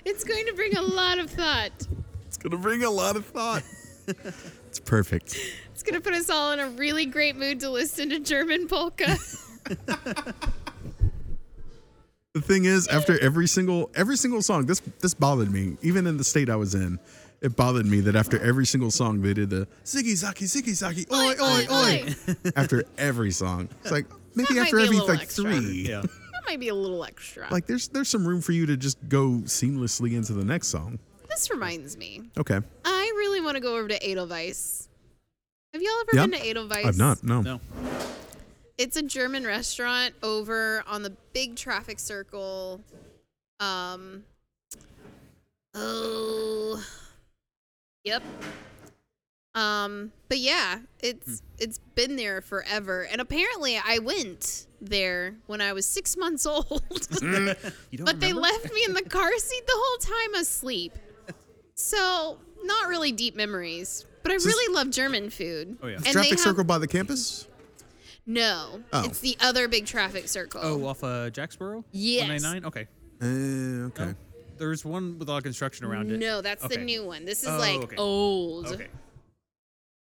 It's going to bring a lot of thought.
It's going to bring a lot of thought. it's perfect.
It's going to put us all in a really great mood to listen to German polka.
The thing is, after every single every single song, this this bothered me. Even in the state I was in, it bothered me that after every single song they did the Ziggy Zaki Ziggy Zaki oi oi oi after every song. It's like maybe
might
after
be a
every
little
like
extra.
three.
Yeah.
That might be a little extra.
Like there's there's some room for you to just go seamlessly into the next song.
this reminds me.
Okay.
I really want to go over to Edelweiss. Have y'all ever
Yeah.
been to Edelweiss?
I've not. No.
No.
It's a German restaurant over on the big traffic circle. Um. Oh. Yep. Um. But yeah,
Hmm.
it's it's been there forever, and apparently I went there when I was six months old.
You don't
But they
remember?
left me in the car seat the whole time asleep. So, not really deep memories. But I
this-
really love German food.
Oh, yeah.
And they
Traffic
have-
circle by the campus.
No.
Oh.
It's the other big traffic circle.
Oh, off uh, Jacksboro?
Yes.
199? Okay.
Uh, okay.
No. There's one with a lot of construction around it.
No, that's the
Okay.
new one. This is
Oh,
like
okay.
old.
Okay.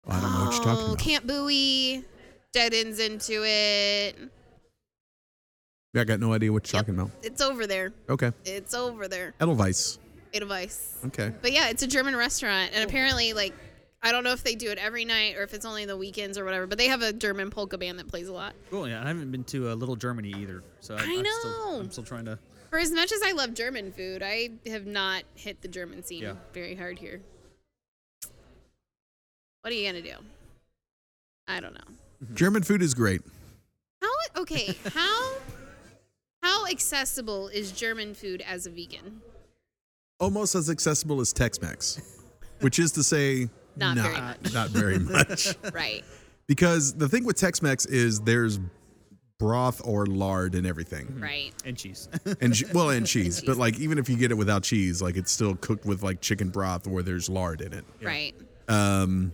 I don't know what you're talking
Oh,
about.
Camp Bowie dead ends into it.
I got no idea what you're talking about.
It's over there.
Okay.
It's over there.
Edelweiss.
Edelweiss.
Okay.
But yeah, it's a German restaurant,
Oh.
and apparently, like, I don't know if they do it every night or if it's only the weekends or whatever. But they have a German polka band that plays a lot.
Cool. Yeah, I haven't been to uh, Little Germany either, so I,
I
am
know.
Still, I'm still trying to.
For as much as I love German food, I have not hit the German scene
Yeah.
very hard here. What are you gonna do? I don't know.
German food is great.
How okay? How how accessible is German food as a vegan?
almost as accessible as Tex-Mex, which is to say,
Not
not,
very much.
not very much.
Right.
because the thing with Tex-Mex is there's broth or lard in everything,
Right.
And cheese.
and che- well, and cheese.
cheese.
But like, even if you get it without cheese, like it's still cooked with like chicken broth or there's lard in it.
Right.
Um,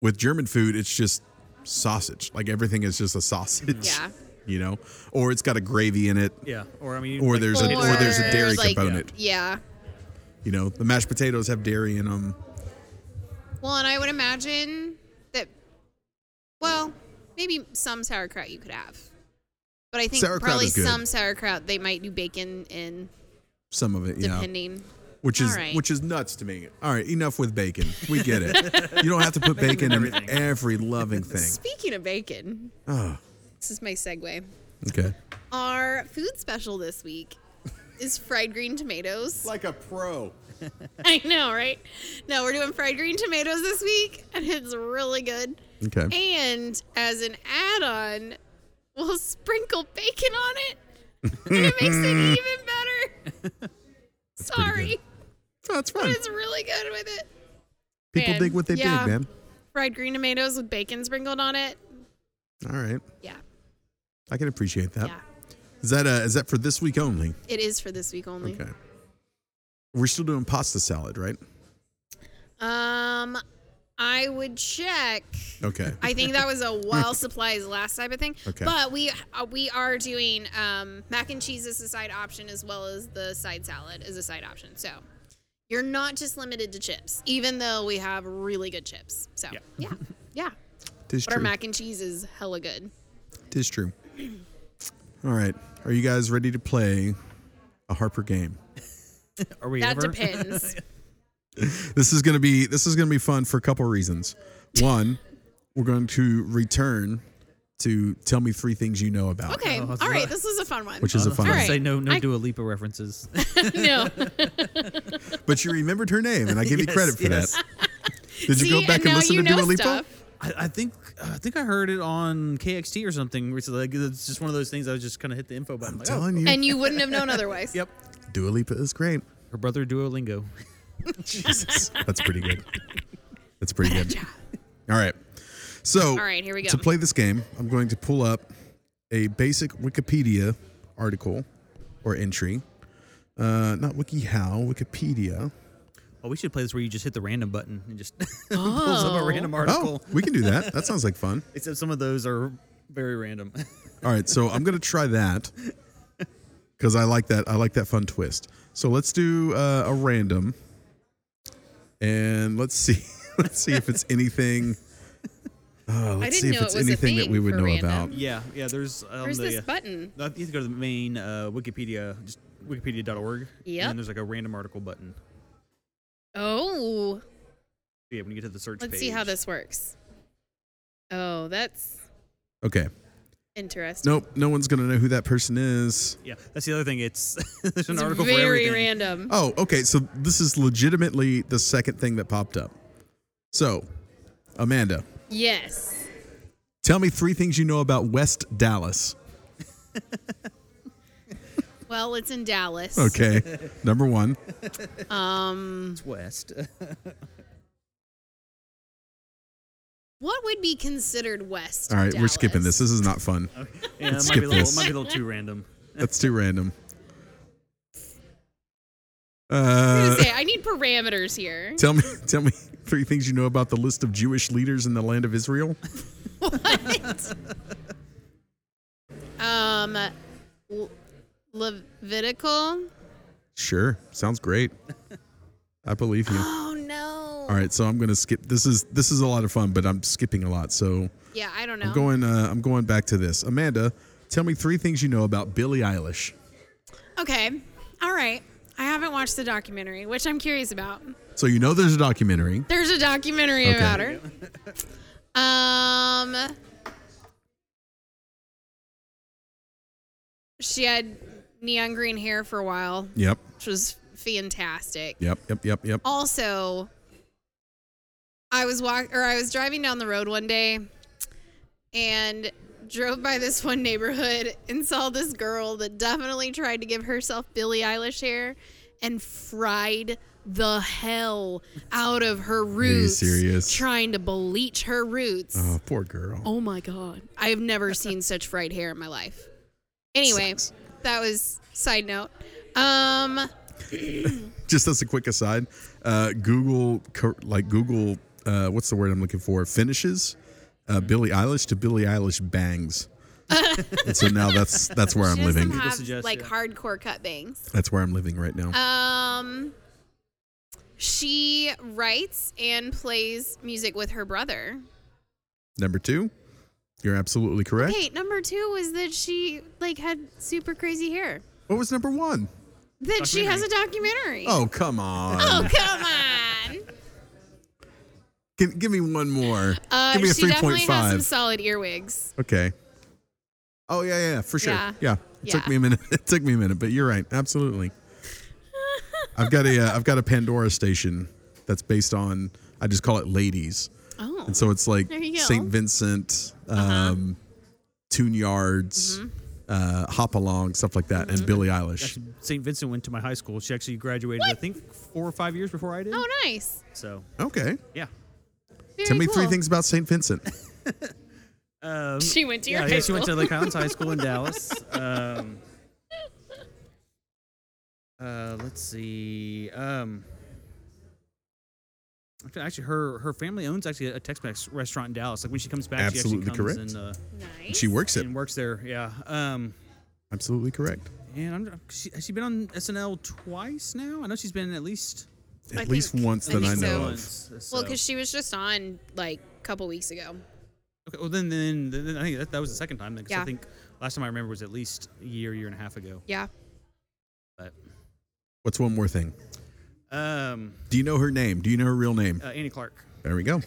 with German food, it's just sausage. Like everything is just a sausage.
Yeah.
You know, or it's got a gravy in it,
yeah. Or I mean.
or
like,
there's a or,
Or
there's a dairy
like-
component.
Yeah.
You know, the mashed potatoes have dairy in them.
Well, and I would imagine that. Well, maybe some sauerkraut you could have, but I think
Sauerkraut
probably
is good.
some sauerkraut they might do bacon in,
Some of it, yeah.
depending.
which is
All right.
which is nuts to me. All right, enough with bacon. We get it. you don't have to put bacon in
everything.
every loving thing.
Speaking of bacon,
Oh,
this is my segue.
okay.
Our food special this week is fried green tomatoes.
Like a pro.
I know, right? No, we're doing fried green tomatoes this week, and it's really good.
Okay.
And as an add on, we'll sprinkle bacon on it, and it makes it even better. Sorry,
That's
but
fine.
it's really good with it.
People
man.
dig what they
Yeah.
dig, man.
Fried green tomatoes with bacon sprinkled on it.
All right.
Yeah,
I can appreciate that. Is
yeah.
that uh is that for this week only?
It is for this week only.
Okay. We're still doing pasta salad, right?
Um, I would check.
Okay.
I think that was a while supplies last type of thing.
Okay.
But we uh, we are doing um, mac and cheese as a side option as well as the side salad as a side option. So you're not just limited to chips, even though we have really good chips. So yeah,
Yeah.
yeah.
Tis
But our
true.
mac and cheese is hella good.
Tis true. All right. Are you guys ready to play a Harper game?
Are we
That
ever?
depends.
this is gonna be this is gonna be fun for a couple reasons. One, we're going to return to tell me three things you know about,
Okay.
Oh, that's
All right.
right.
This was a fun one.
which is a fun.
All
one.
right.
Say no, no
I-
Dua Lipa references.
no.
But you remembered her name, and I give you
Yes,
credit for
yes.
that. Did you
See,
go back
and
and,
now
listen
you
to
know
Dua Lipa?
stuff.
I, I think I think I heard it on KXT or something recently. Like, it's just one of those things. I was just kind of hit the info button.
I'm
like, oh,
telling you,
And you wouldn't have known otherwise.
Yep.
Dua Lipa is great.
Her brother Duolingo.
Jesus. That's pretty good. That's pretty good. All right. So,
All right, here we go.
to play this game, I'm going to pull up a basic Wikipedia article or entry. Uh, not WikiHow, Wikipedia.
Oh, we should play this where you just hit the random button and just pulls up
Oh.
a random
Oh,
article.
we can do that. That sounds like fun.
Except some of those are very random.
All right, so I'm gonna try that because I like that. I like that fun twist. So let's do uh, a random, and let's see. Let's see if it's anything. Uh, let's
didn't
see if
know
it's
it was a
anything that
thing
we would
for
know
random.
about.
yeah, yeah. There's um,
Where's
the,
this button?
I think you have to go to the main uh, Wikipedia, just wikipedia.org.
Yep.
And then there's like a random article button.
Oh,
Yeah, when you get to the search
let's
page.
see how this works. Oh, that's
Okay.
interesting.
Nope. No one's gonna know who that person is.
Yeah, that's the other thing. It's there's an
it's
article for
very
everything.
random.
Oh, okay. So this is legitimately the second thing that popped up. So, Amanda,
Yes.
tell me three things you know about West Dallas.
Well, it's in Dallas.
Okay. Number one.
Um,
It's West.
what would be considered West?
All right, we're
Dallas?
skipping this. This is not fun.
yeah, it might
skip
be a little,
this.
might be a little too random.
That's too random.
I was
Uh,
gonna say, I need parameters here.
tell me, tell me three things you know about the list of Jewish leaders in the land of Israel.
Um, Le- Levitical.
Sure, sounds great. I believe you.
Oh no.
All right, so I'm gonna skip. This is this is a lot of fun, but I'm skipping a lot. So
Yeah, I don't know.
I'm going. Uh, I'm going back to this. Amanda, tell me three things you know about Billie Eilish.
okay. All right. I haven't watched the documentary, which I'm curious about.
So you know there's a documentary.
There's a documentary
Okay.
about her. um, she had neon green hair for a while,
Yep,
which was fantastic.
yep, yep, yep, yep.
Oh. Also, I was walk or I was driving down the road one day, and drove by this one neighborhood and saw this girl that definitely tried to give herself Billie Eilish hair, and fried the hell out of her roots.
serious?
Trying to bleach her roots. Oh,
Oh, poor girl.
my god! I have never seen such fried hair in my life. Anyway,
Sucks.
that was side note. Um,
just as a quick aside, uh, Google cur- like Google uh, what's the word I'm looking for? Finishes uh,
Mm-hmm.
Billie Eilish to Billie Eilish bangs. and so now that's that's where I'm
she doesn't
living.
have
suggest,
like
yeah.
hardcore cut bangs.
That's where I'm living right now.
Um, she writes and plays music with her brother.
Number two, you're absolutely correct.
Hey, number two was that she like had super crazy hair.
What was number one?
That she has a documentary.
Oh come on!
Oh, come on!
Give, give me one more.
Uh,
give me a
she
three
definitely
point
has some
five.
solid earwigs.
Okay. Oh yeah, yeah, yeah, for sure. Yeah.
Yeah.
It took
Yeah.
me a minute. It took me a minute, but you're right. Absolutely. I've got a uh, I've got a Pandora station that's based on I just call it ladies.
Oh,
And so it's like
There you go. Uh-huh.
St. Vincent, um, Tune Yards,
Mm-hmm.
uh, Hop Along, stuff like that, and Billie Eilish.
Actually, St. Vincent went to my high school. She actually graduated, I think, four or five years before I did.
oh, nice.
So,
Okay.
yeah.
Very
Tell me three
cool.
things about St. Vincent.
Um,
She went to your
yeah,
high
yeah, she went to
school.
Lake Highlands High School in Dallas. Um, uh, let's see. Um, actually- actually, her her family owns actually a Tex-Mex restaurant in Dallas. Like when she comes back,
Absolutely
she actually
correct.
comes and, uh,
Nice.
she works it.
and works there. Yeah. Um,
Absolutely correct.
and I'm she, has she been on SNL twice now? I know she's been at least
At
I
least
think-
once
I
that I,
think so.
know of.
once. So.
Well, because she was just on like a couple weeks ago.
Okay, well then, then, then I think that, that was the second time. Then, 'cause I
Yeah.
think last time I remember was at least a year, year and a half ago.
Yeah.
But
What's one more thing?
um,
Do you know her name? Do you know her real name?
uh, Annie Clark.
There we go.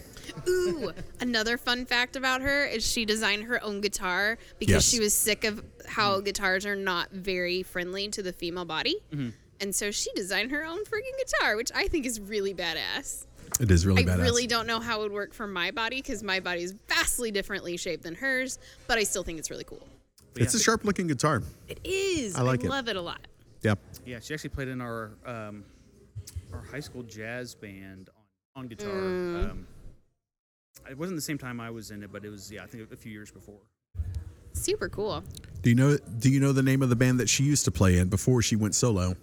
Ooh, another fun fact about her is she designed her own guitar because
Yes. Mm-hmm.
she was sick of how guitars are not very friendly to the female body.
Mm-hmm.
And so she designed her own freaking guitar, which I think is really badass.
It is really
I
badass.
really don't know how it would work for my body because my body is vastly differently shaped than hers, but I still think it's really cool.
But
It's a sharp looking guitar.
It is.
I like it.
love it a lot.
Yeah.
Yeah, she actually played in our um, our high school jazz band on, on guitar.
Mm.
Um, it wasn't the same time I was in it, but it was yeah, I think a few years before.
Super cool.
Do you know do you know the name of the band that she used to play in before she went solo?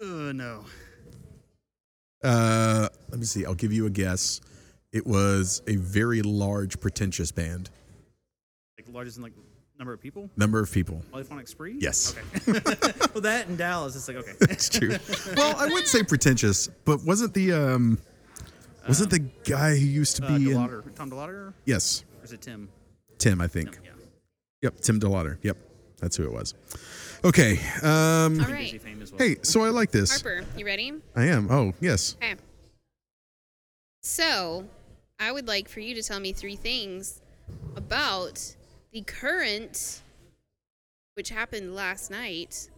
Uh, no,
Uh, let me see. I'll give you a guess. It was a very large, pretentious band.
like largest in like number of people.
Number of people.
Polyphonic Spree.
Yes.
Okay. well, that in Dallas, it's like okay.
It's true. well, I would say pretentious, but wasn't the um, wasn't the guy who used to
Uh,
be in-
DeLauder, Tom DeLauder,
yes,
or is it Tim?
Tim, I
No,
think.
yeah.
Yep, Tim DeLauder. Yep, that's who it was. Okay. Um,
All
Busy
right.
fame as well.
hey, so I like this.
Harper, you ready?
I am. Oh, yes.
Okay. So, I would like for you to tell me three things about the current, which happened last night.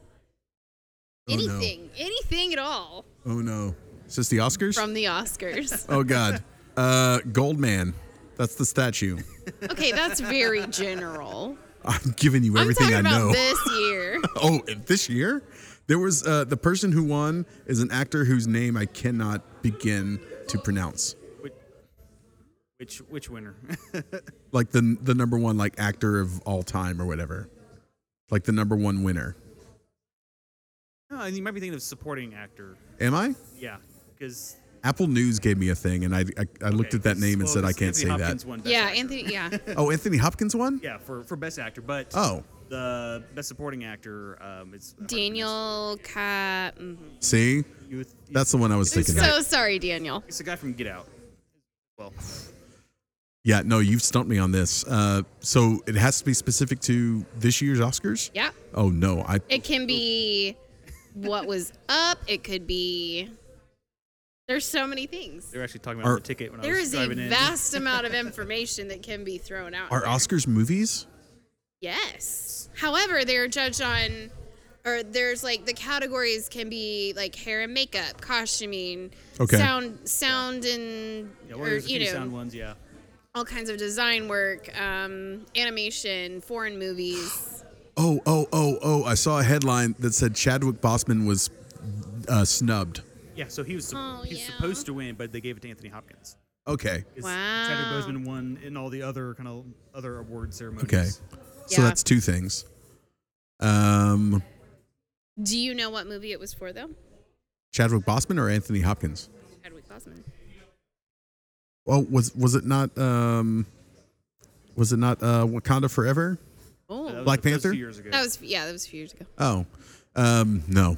Oh, no.
anything, anything at all
Oh no. Is this the Oscars?
from the Oscars.
oh God. Uh, Goldman. That's the statue.
okay, that's very general.
I'm giving you everything I
I'm talking
know.
about this year.
Oh, and this year? There was uh, the person who won is an actor whose name I cannot begin to pronounce.
Which, which which winner?
Like the the number one like actor of all time or whatever. Like the number one winner.
no, and you might be thinking of supporting actor.
Am I?
Yeah, because
Apple News gave me a thing and I I, I looked at that name and said I can't say
yeah, Anthony. Yeah.
that. Oh, Anthony Hopkins won?
Yeah, for for best actor, but
Oh.
the best supporting actor um, is
Daniel Ka. mhm.
See?
Youth,
That's the one I was thinking of.
So sorry, Daniel.
it's the guy from Get Out. Well,
Yeah, no, you've stumped me on this. Uh, so it has to be specific to this year's Oscars?
Yeah.
Oh no, I
It can be what was up. It could be. There's so many things.
they were actually talking about
Are-
the ticket when I
There
was
is a
driving in.
vast amount of information that can be thrown out.
are Oscars movies?
Yes. However, they're judged on, or there's like the categories can be like hair and makeup, costuming,
Okay.
sound, sound and
Yeah, well,
or
there's a
you
few
know
sound ones. Yeah,
all kinds of design work, um, animation, foreign movies.
Oh, oh, oh, oh! I saw a headline that said Chadwick Boseman was uh, snubbed.
yeah. So he was sup-
Oh,
he's
yeah.
supposed to win, but they gave it to Anthony Hopkins.
Okay,
'Cause
Wow.
Chadwick Boseman won in all the other kind of other award ceremonies.
okay. So
Yeah.
that's two things. Um,
Do you know what movie it was for though?
Chadwick Boseman or Anthony Hopkins?
Chadwick Boseman.
Oh, was was it not? Um, was it not uh, Wakanda Forever?
Oh,
That was-
Black
that was
Panther?
Two years ago.
That was yeah, that was a few years ago.
Oh, um, no,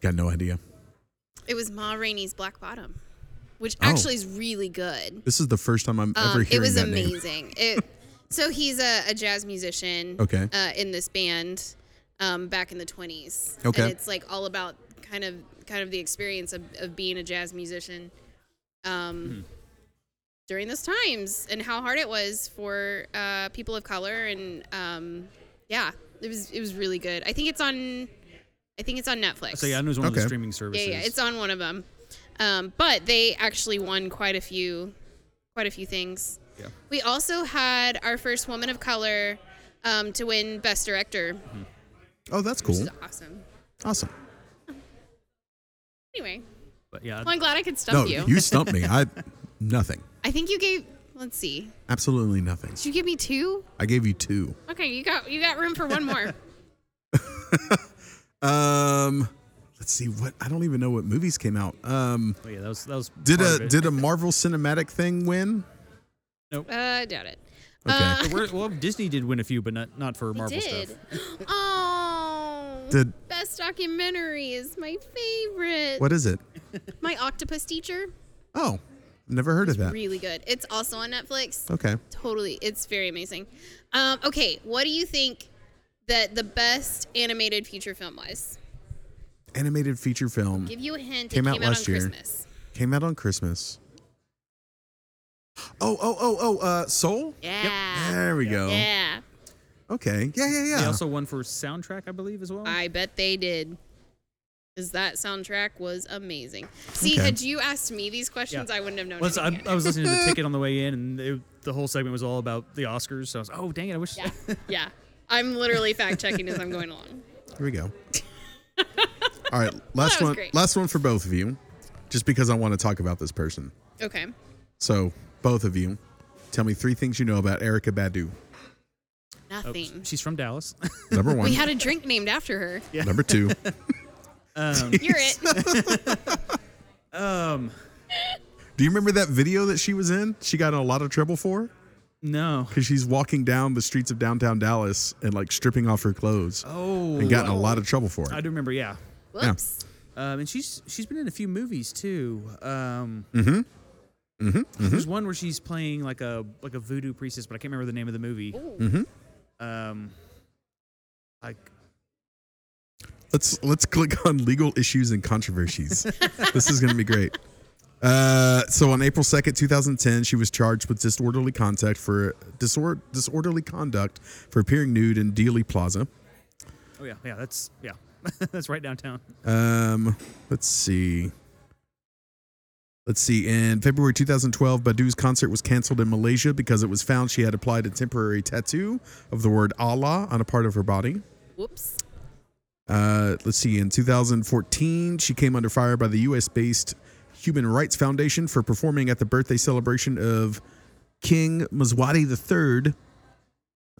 got no idea.
It was Ma Rainey's Black Bottom, which
Oh.
actually is really good.
This is the first time I'm ever
Um,
hearing
it was
that name.
amazing. It so he's a, a jazz musician.
Okay.
Uh, in this band, um, back in the twenties.
Okay.
And it's like all about kind of kind of the experience of, of being a jazz musician, um,
Hmm.
during those times and how hard it was for uh, people of color and um, yeah, it was it was really good. I think it's on. I think it's on Netflix.
So yeah, I know it's one of the
Okay.
streaming services.
Yeah, yeah, it's on one of them. Um, but they actually won quite a few, quite a few things.
Yeah.
We also had our first woman of color um, to win Best Director,
Oh, that's
which
cool.
is awesome.
Awesome.
Anyway,
but yeah,
well, I'm glad I could stump
No,
you.
you stumped me. I nothing.
I think you gave. Let's see.
Absolutely nothing.
Did you give me two?
I gave you two.
Okay, you got you got room for one more.
Um, let's see what I don't even know what movies came out. Um,
oh, yeah, that was that was
did
part of
a
it.
did a Marvel cinematic thing win?
uh, I doubt it.
Okay.
Uh,
We're- well Disney did win a few, but not not for Marvel
did.
stuff.
oh.
Did
Best documentary is my favorite.
what is it?
My octopus teacher.
Oh, never heard of that.
Really good. It's also on Netflix.
Okay.
Totally. It's very amazing. Um, okay, what do you think that the best animated feature film was?
Animated feature film
Give you a hint.
Came
it
out
came
last
out on
year.
Christmas.
came out on Christmas. Oh, oh, oh, oh, uh, Soul?
Yeah.
There we go.
Yeah.
Okay. Yeah, yeah,
They
yeah.
also won for soundtrack, I believe, as well.
I bet they did. Because that soundtrack was amazing. See,
Okay.
had you asked me these questions,
Yeah.
I wouldn't have known.
Well, so I,
anything.
I was listening to the ticket on the way in, and it, the whole segment was all about the Oscars. So I was, oh dang it, I wish.
yeah. Yeah. I'm literally fact checking as I'm going along.
Here we go. All right, last
was
one.
great.
Last one for both of you. just because I want to talk about this person.
Okay.
So, both of you, tell me three things you know about Erica Badu.
Oh,
Nothing.
she's from Dallas.
Number one.
We had a drink named after her.
number two.
um,
You're it.
um,
Do you remember that video that she was in? She got in a lot of trouble for
no.
because she's walking down the streets of downtown Dallas and like stripping off her clothes
Oh,
and got in a lot of trouble for
I
it.
do remember. Yeah.
Whoops.
Um, and she's she's been in a few movies too. Um, mm-hmm. Mm-hmm.
Mm-hmm.
There's one where she's playing like a like a voodoo priestess, but I can't remember the name of the
Hmm.
movie.
Ooh.
Mm-hmm.
Oh.
Um, like
Let's let's click on legal issues and controversies. this is going to be great. Uh, so on April 2nd, 2010, she was charged with disorderly conduct for disor- disorderly conduct for appearing nude in Dealey Plaza.
oh yeah, yeah, that's yeah, that's right downtown.
Um, let's see. Let's see. In February 2012, Badu's concert was canceled in Malaysia because it was found she had applied a temporary tattoo of the word Allah on a part of her body.
Whoops.
Uh, let's see. In 2014, she came under fire by the U.S. based Human Rights Foundation for performing at the birthday celebration of King Maswati III.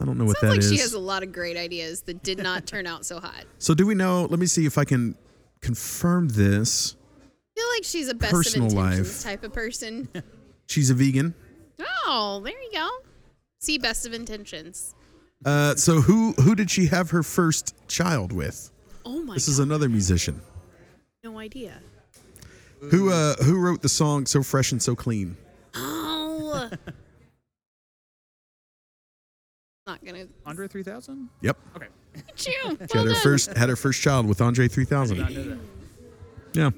I don't know what
Sounds
that
like
is.
she has a lot of great ideas that did not turn out so hot.
so, do we know? Let me see if I can confirm this.
I feel like she's a best
Personal
of intentions
life.
type of person.
She's a vegan.
oh, there you go. See, best of intentions.
Uh, so who who did she have her first child with?
Oh my
This
god,
is another musician
no idea.
who uh, who wrote the song "So Fresh and So Clean."
Oh. Not gonna
Andre 3000.
Yep,
Okay,
get you.
she had
Well
her
done.
first had her first child with Andre
did not
3000.
know that.
Yeah.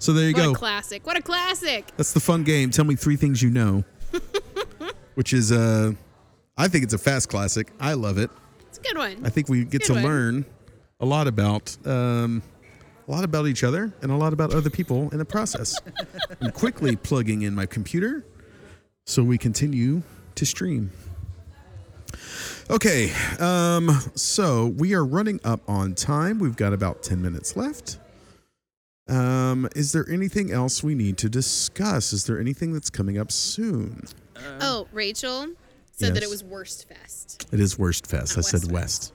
So there you
What a
go.
classic. What a classic.
That's the fun game. Tell me three things you know, which is uh, I think it's a fast classic. I love it.
It's a good one.
I think we
Good
get to
one.
learn a lot about um, a lot about each other and a lot about other people in the process. I'm quickly plugging in my computer so we continue to stream. Okay, um, so we are running up on time. We've got about 10 minutes left. Um, is there anything else we need to discuss? Is there anything that's coming up soon?
oh, Rachel said that
Yes.
it was worst fest.
It is Worst Fest. I
Not
said
West
West.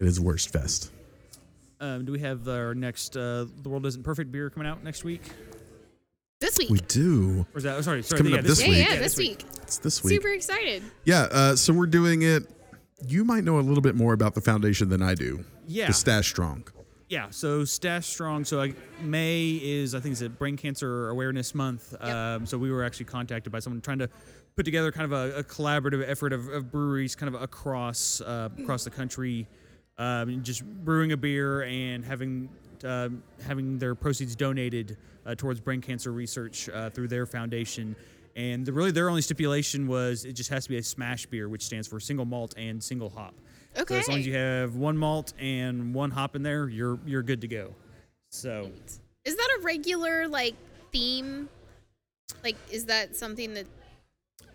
It is Worst Fest.
Um, do we have our next uh, The World Isn't Perfect beer coming out next week?
This week.
We do.
Or is that, oh, sorry, sorry.
coming
yeah,
up
yeah,
this week.
yeah, this week.
It's this week.
Super excited.
Yeah, uh, so we're doing it. You might know a little bit more about the foundation than I do.
Yeah.
The Stash Strong.
Yeah, so Stash Strong. So I, May is, I think, it's a Brain Cancer Awareness Month. Um, so we were actually contacted by someone trying to put together kind of a, a collaborative effort of, of breweries kind of across uh, across the country, um, and just brewing a beer and having um having their proceeds donated uh, towards brain cancer research uh, through their foundation. And the, really, their only stipulation was it just has to be a smash beer, which stands for single malt and single hop. So as long as
Okay.
you have one malt and one hop in there, you're you're good to go. So
Is that a regular like theme? Like, is that something that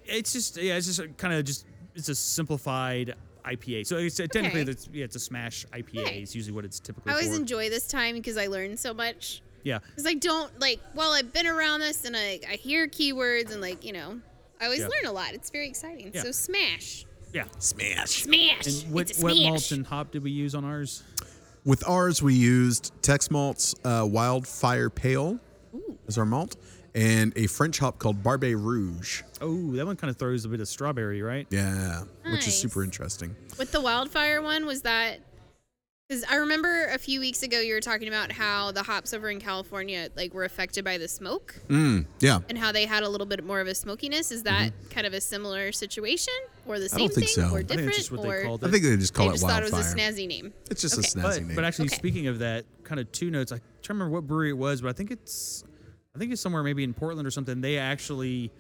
it's just yeah, it's just kind of just it's a simplified IPA. So it's uh, technically
Okay.
that's yeah, it's a smash IPA.
Okay.
It's usually what it's typically.
I always
for.
enjoy this time because I learn so much?
yeah.
Because I don't like. Well, I've been around this and I I hear keywords and like you know. I always
Yeah.
learn a lot. It's very exciting.
Yeah.
So smash,
Yeah.
Smash.
smash.
And what
it's a
what
smash.
malt and hop did we use on ours?
With ours, we used Tex Malt's uh, Wildfire Pale as our malt and a French hop called Barbe Rouge.
Oh, that one kind of throws a bit of strawberry, right?
Yeah, which is
Nice.
super interesting.
With the wildfire one, was that? Because I remember a few weeks ago you were talking about how the hops over in California like were affected by the smoke
Mm, yeah.
and how they had a little bit more of a smokiness. Is that kind of a similar situation or the same
think
thing
so. Mm-hmm.
or
I think
I think
different?
that's just what
or
they called it.
I think they just call
I
it
just thought
Wildfire.
it was a snazzy name.
it's just
Okay.
a snazzy
but,
name.
but actually,
Okay.
speaking of that, kind of two notes. I can't remember what brewery it was, but I think it's, I think it's somewhere maybe in Portland or something. They actually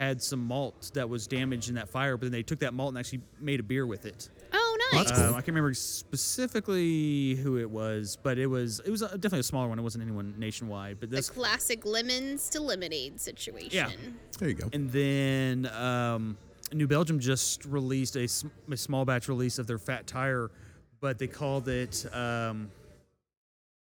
had some malt that was damaged in that fire, but then they took that malt and actually made a beer with it.
Oh,
Well,
nice.
that's
Um,
cool.
I can't remember specifically who it was, but it was it was a, definitely a smaller one. It wasn't anyone nationwide, but
The
this
classic lemons to lemonade situation.
there you go.
and then um, New Belgium just released a, sm- a small batch release of their Fat Tire, but they called it um,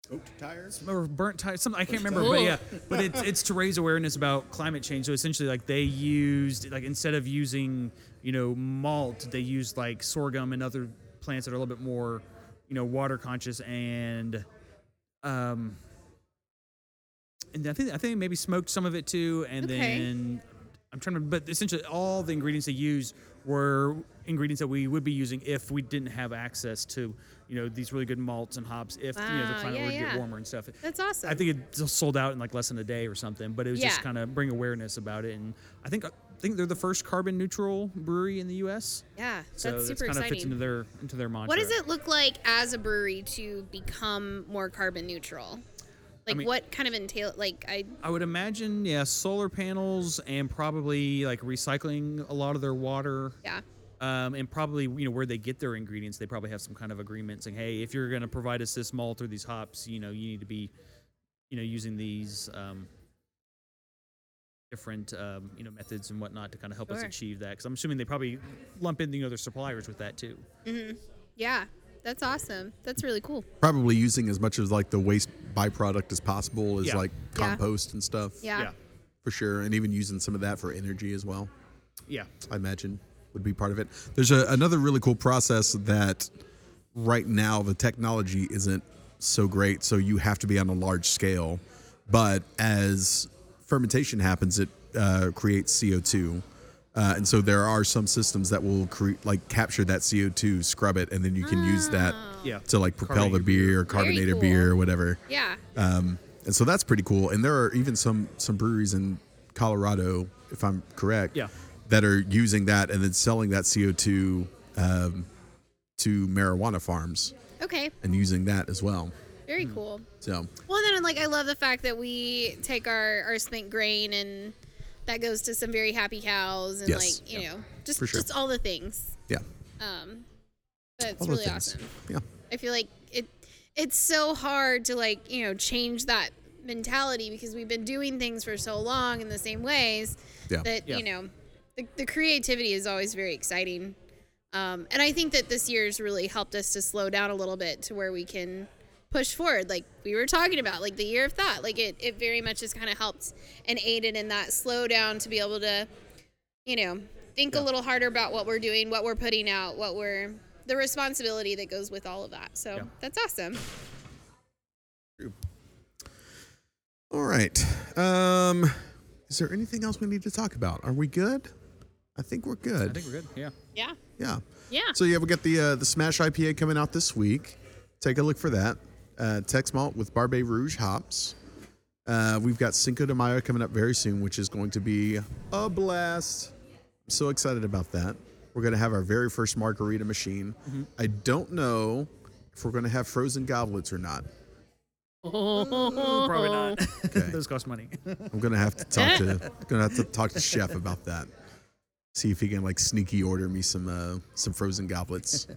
Smoked tires.
or burnt tires. Something I can't remember, but
Cool.
yeah, but it's it's to raise awareness about climate change. So essentially, like they used like instead of using you know malt, they used like sorghum and other plants that are a little bit more you know water conscious and um and I think I think maybe smoked some of it too, and
Okay.
then I'm trying to. But essentially, all the ingredients they used were ingredients that we would be using if we didn't have access to you know these really good malts and hops. If you know the
Wow,
climate
yeah,
would get
yeah.
warmer and stuff.
That's awesome.
I think it just sold out in like less than a day or something, but it was just
Yeah.
kind of bring awareness about it. And I think uh, I think they're the first carbon neutral brewery in the U.S.
yeah,
So
that's
that's
super
kind of fits into
exciting.
their into their mantra.
What does it look like as a brewery to become more carbon neutral? Like
mean-
what kind of entail? Like I
I would imagine, yeah, solar panels and probably like recycling a lot of their water.
yeah.
Um, and probably you know where they get their ingredients, they probably have some kind of agreement saying, hey, if you're going to provide us this malt or these hops, you know you need to be, you know, using these um, different um, you know methods and whatnot to kind of help us
Sure.
achieve that. Because I'm assuming they probably lump in you know their suppliers with that too.
Yeah, that's awesome. That's really cool.
Probably using as much as like the waste byproduct as possible is
Yeah.
like
Yeah.
compost and stuff.
Yeah.
yeah,
For sure. And even using some of that for energy as well.
yeah.
I imagine would be part of it. There's a, another really cool process that right now the technology isn't so great, so you have to be on a large scale. But as fermentation happens, it uh, creates CO2. Uh, and so there are some systems that will create like capture that CO2, scrub it, and then you can use that
Yeah.
to like propel
Carbonate
the
your
beer or carbonate
Ah. Very
a
cool.
beer or whatever.
Yeah.
Um, and so that's pretty cool. And there are even some some breweries in Colorado, if I'm correct,
Yeah.
that are using that and then selling that CO2 um, to marijuana farms
Okay.
and using that as well.
Very
hmm.
cool.
So
Well, then, like, I love the fact that we take our our spent grain and that goes to some very happy cows and
Yes.
like you know just
For sure.
just all the things.
yeah,
Um, that's
all the
really
things.
awesome.
Yeah,
I feel like it it's so hard to like, you know, change that mentality because we've been doing things for so long in the same ways
Yeah.
that,
Yeah.
you know, the, the creativity is always very exciting. Um, and I think that this year's really helped us to slow down a little bit to where we can push forward like we were talking about like the year of thought like it, it very much has kind of helped and aided in that slow down to be able to you know, think a little harder about what we're doing, what we're putting out, what we're the responsibility that goes with all of that. So
Yeah.
that's awesome.
all right. Um, is there anything else we need to talk about? Are we good? I think we're good.
I think we're good. Yeah.
Yeah.
yeah.
Yeah.
So yeah, we got the uh, the Smash IPA coming out this week. Take a look for that. Uh, Tex Malt with Barbe Rouge hops. Uh, we've got Cinco de Mayo coming up very soon, which is going to be a blast. I'm so excited about that. We're going to have our very first margarita machine. I don't know if we're going to have frozen goblets or not.
Probably not. Those cost money.
I'm going to have to talk to going to have to talk to chef about that. See if he can like sneaky order me some uh, some frozen goblets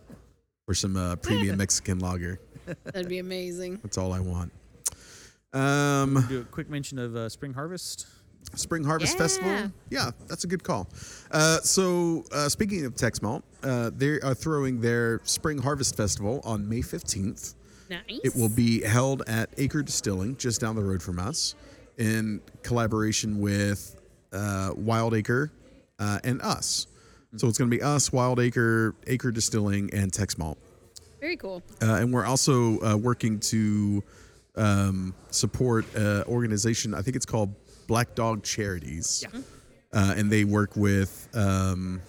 or some uh, premium Mexican lager.
That'd be amazing.
That's all I want. Um,
Do a quick mention of uh, Spring Harvest.
Spring Harvest
Yeah.
Festival. Yeah, that's a good call. Uh, so, uh, speaking of Tex Malt, uh, they are throwing their Spring Harvest Festival on May 15th.
Nice.
It will be held at Acre Distilling, just down the road from us, in collaboration with uh, Wild Acre uh, and us. So, it's going to be us, Wild Acre, Acre Distilling, and Tex Malt.
very cool.
uh, and we're also uh, working to um, support an organization. I think it's called Black Dog Charities.
Yeah. Mm-hmm.
Uh, and they work with um,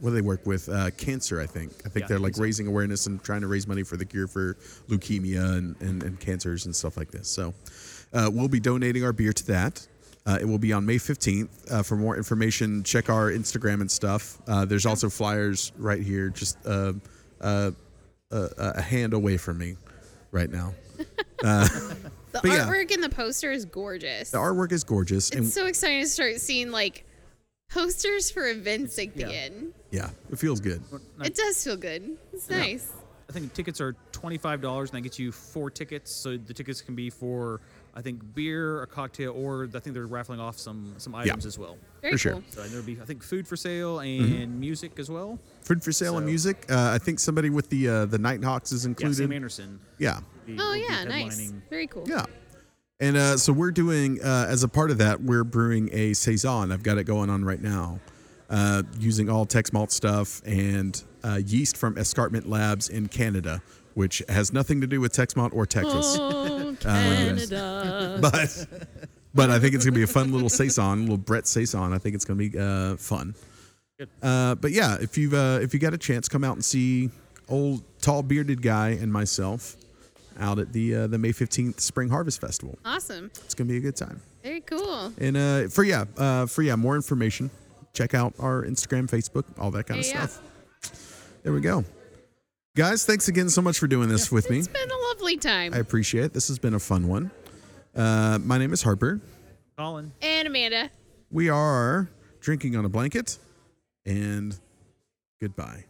what do they work with? Uh, cancer, I think. I think
Yeah,
they're
I
like
think so.
raising awareness and trying to raise money for the cure for leukemia and, and, and cancers and stuff like this. So uh, we'll be donating our beer to that. Uh, it will be on May 15th. Uh, for more information, check our Instagram and stuff. Uh, there's also flyers right here, just uh, uh, uh, a hand away from me right now.
The
but yeah.
artwork in the poster is gorgeous.
The artwork is gorgeous. and
it's so exciting to start seeing like posters for events again.
yeah, it feels good.
It does feel good. It's nice.
I think tickets are twenty five dollars, and that gets you four tickets. So the tickets can be for I think beer, a cocktail, or I think they're raffling off some some items as well.
Very
For sure.
cool.
So and there'll be I think food for sale and music as well.
Food for sale and
So-
music. Uh, I think somebody with the uh, the Nighthawks is
Yeah,
included.
Sam Anderson.
Yeah,
be-
Oh
will be
yeah, nice.
headlining-
Very cool.
Yeah. And uh, so we're doing, uh, as a part of that, we're brewing a Saison. I've got it going on right now uh, using all Tex Malt stuff and uh, yeast from Escarpment Labs in Canada, which has nothing to do with Tex Malt or Texas.
Oh, Canada.
But but I think it's going to be a fun little Saison, little Brett Saison. I think it's going to be uh, fun.
Good.
Uh, but yeah, if you've uh, if you got a chance, come out and see old tall bearded guy and myself out at the uh, the May fifteenth Spring Harvest Festival.
awesome.
It's gonna be a good time.
Very cool.
And uh, for yeah, uh, for yeah, more information, check out our Instagram, Facebook, all that kind of
Yeah, yeah.
stuff. There we go, guys. Thanks again so much for doing this with me.
It's been a lovely time.
I appreciate it. This has been a fun one. Uh, my name is Harper.
Colin.
and Amanda.
We are drinking on a blanket, and goodbye.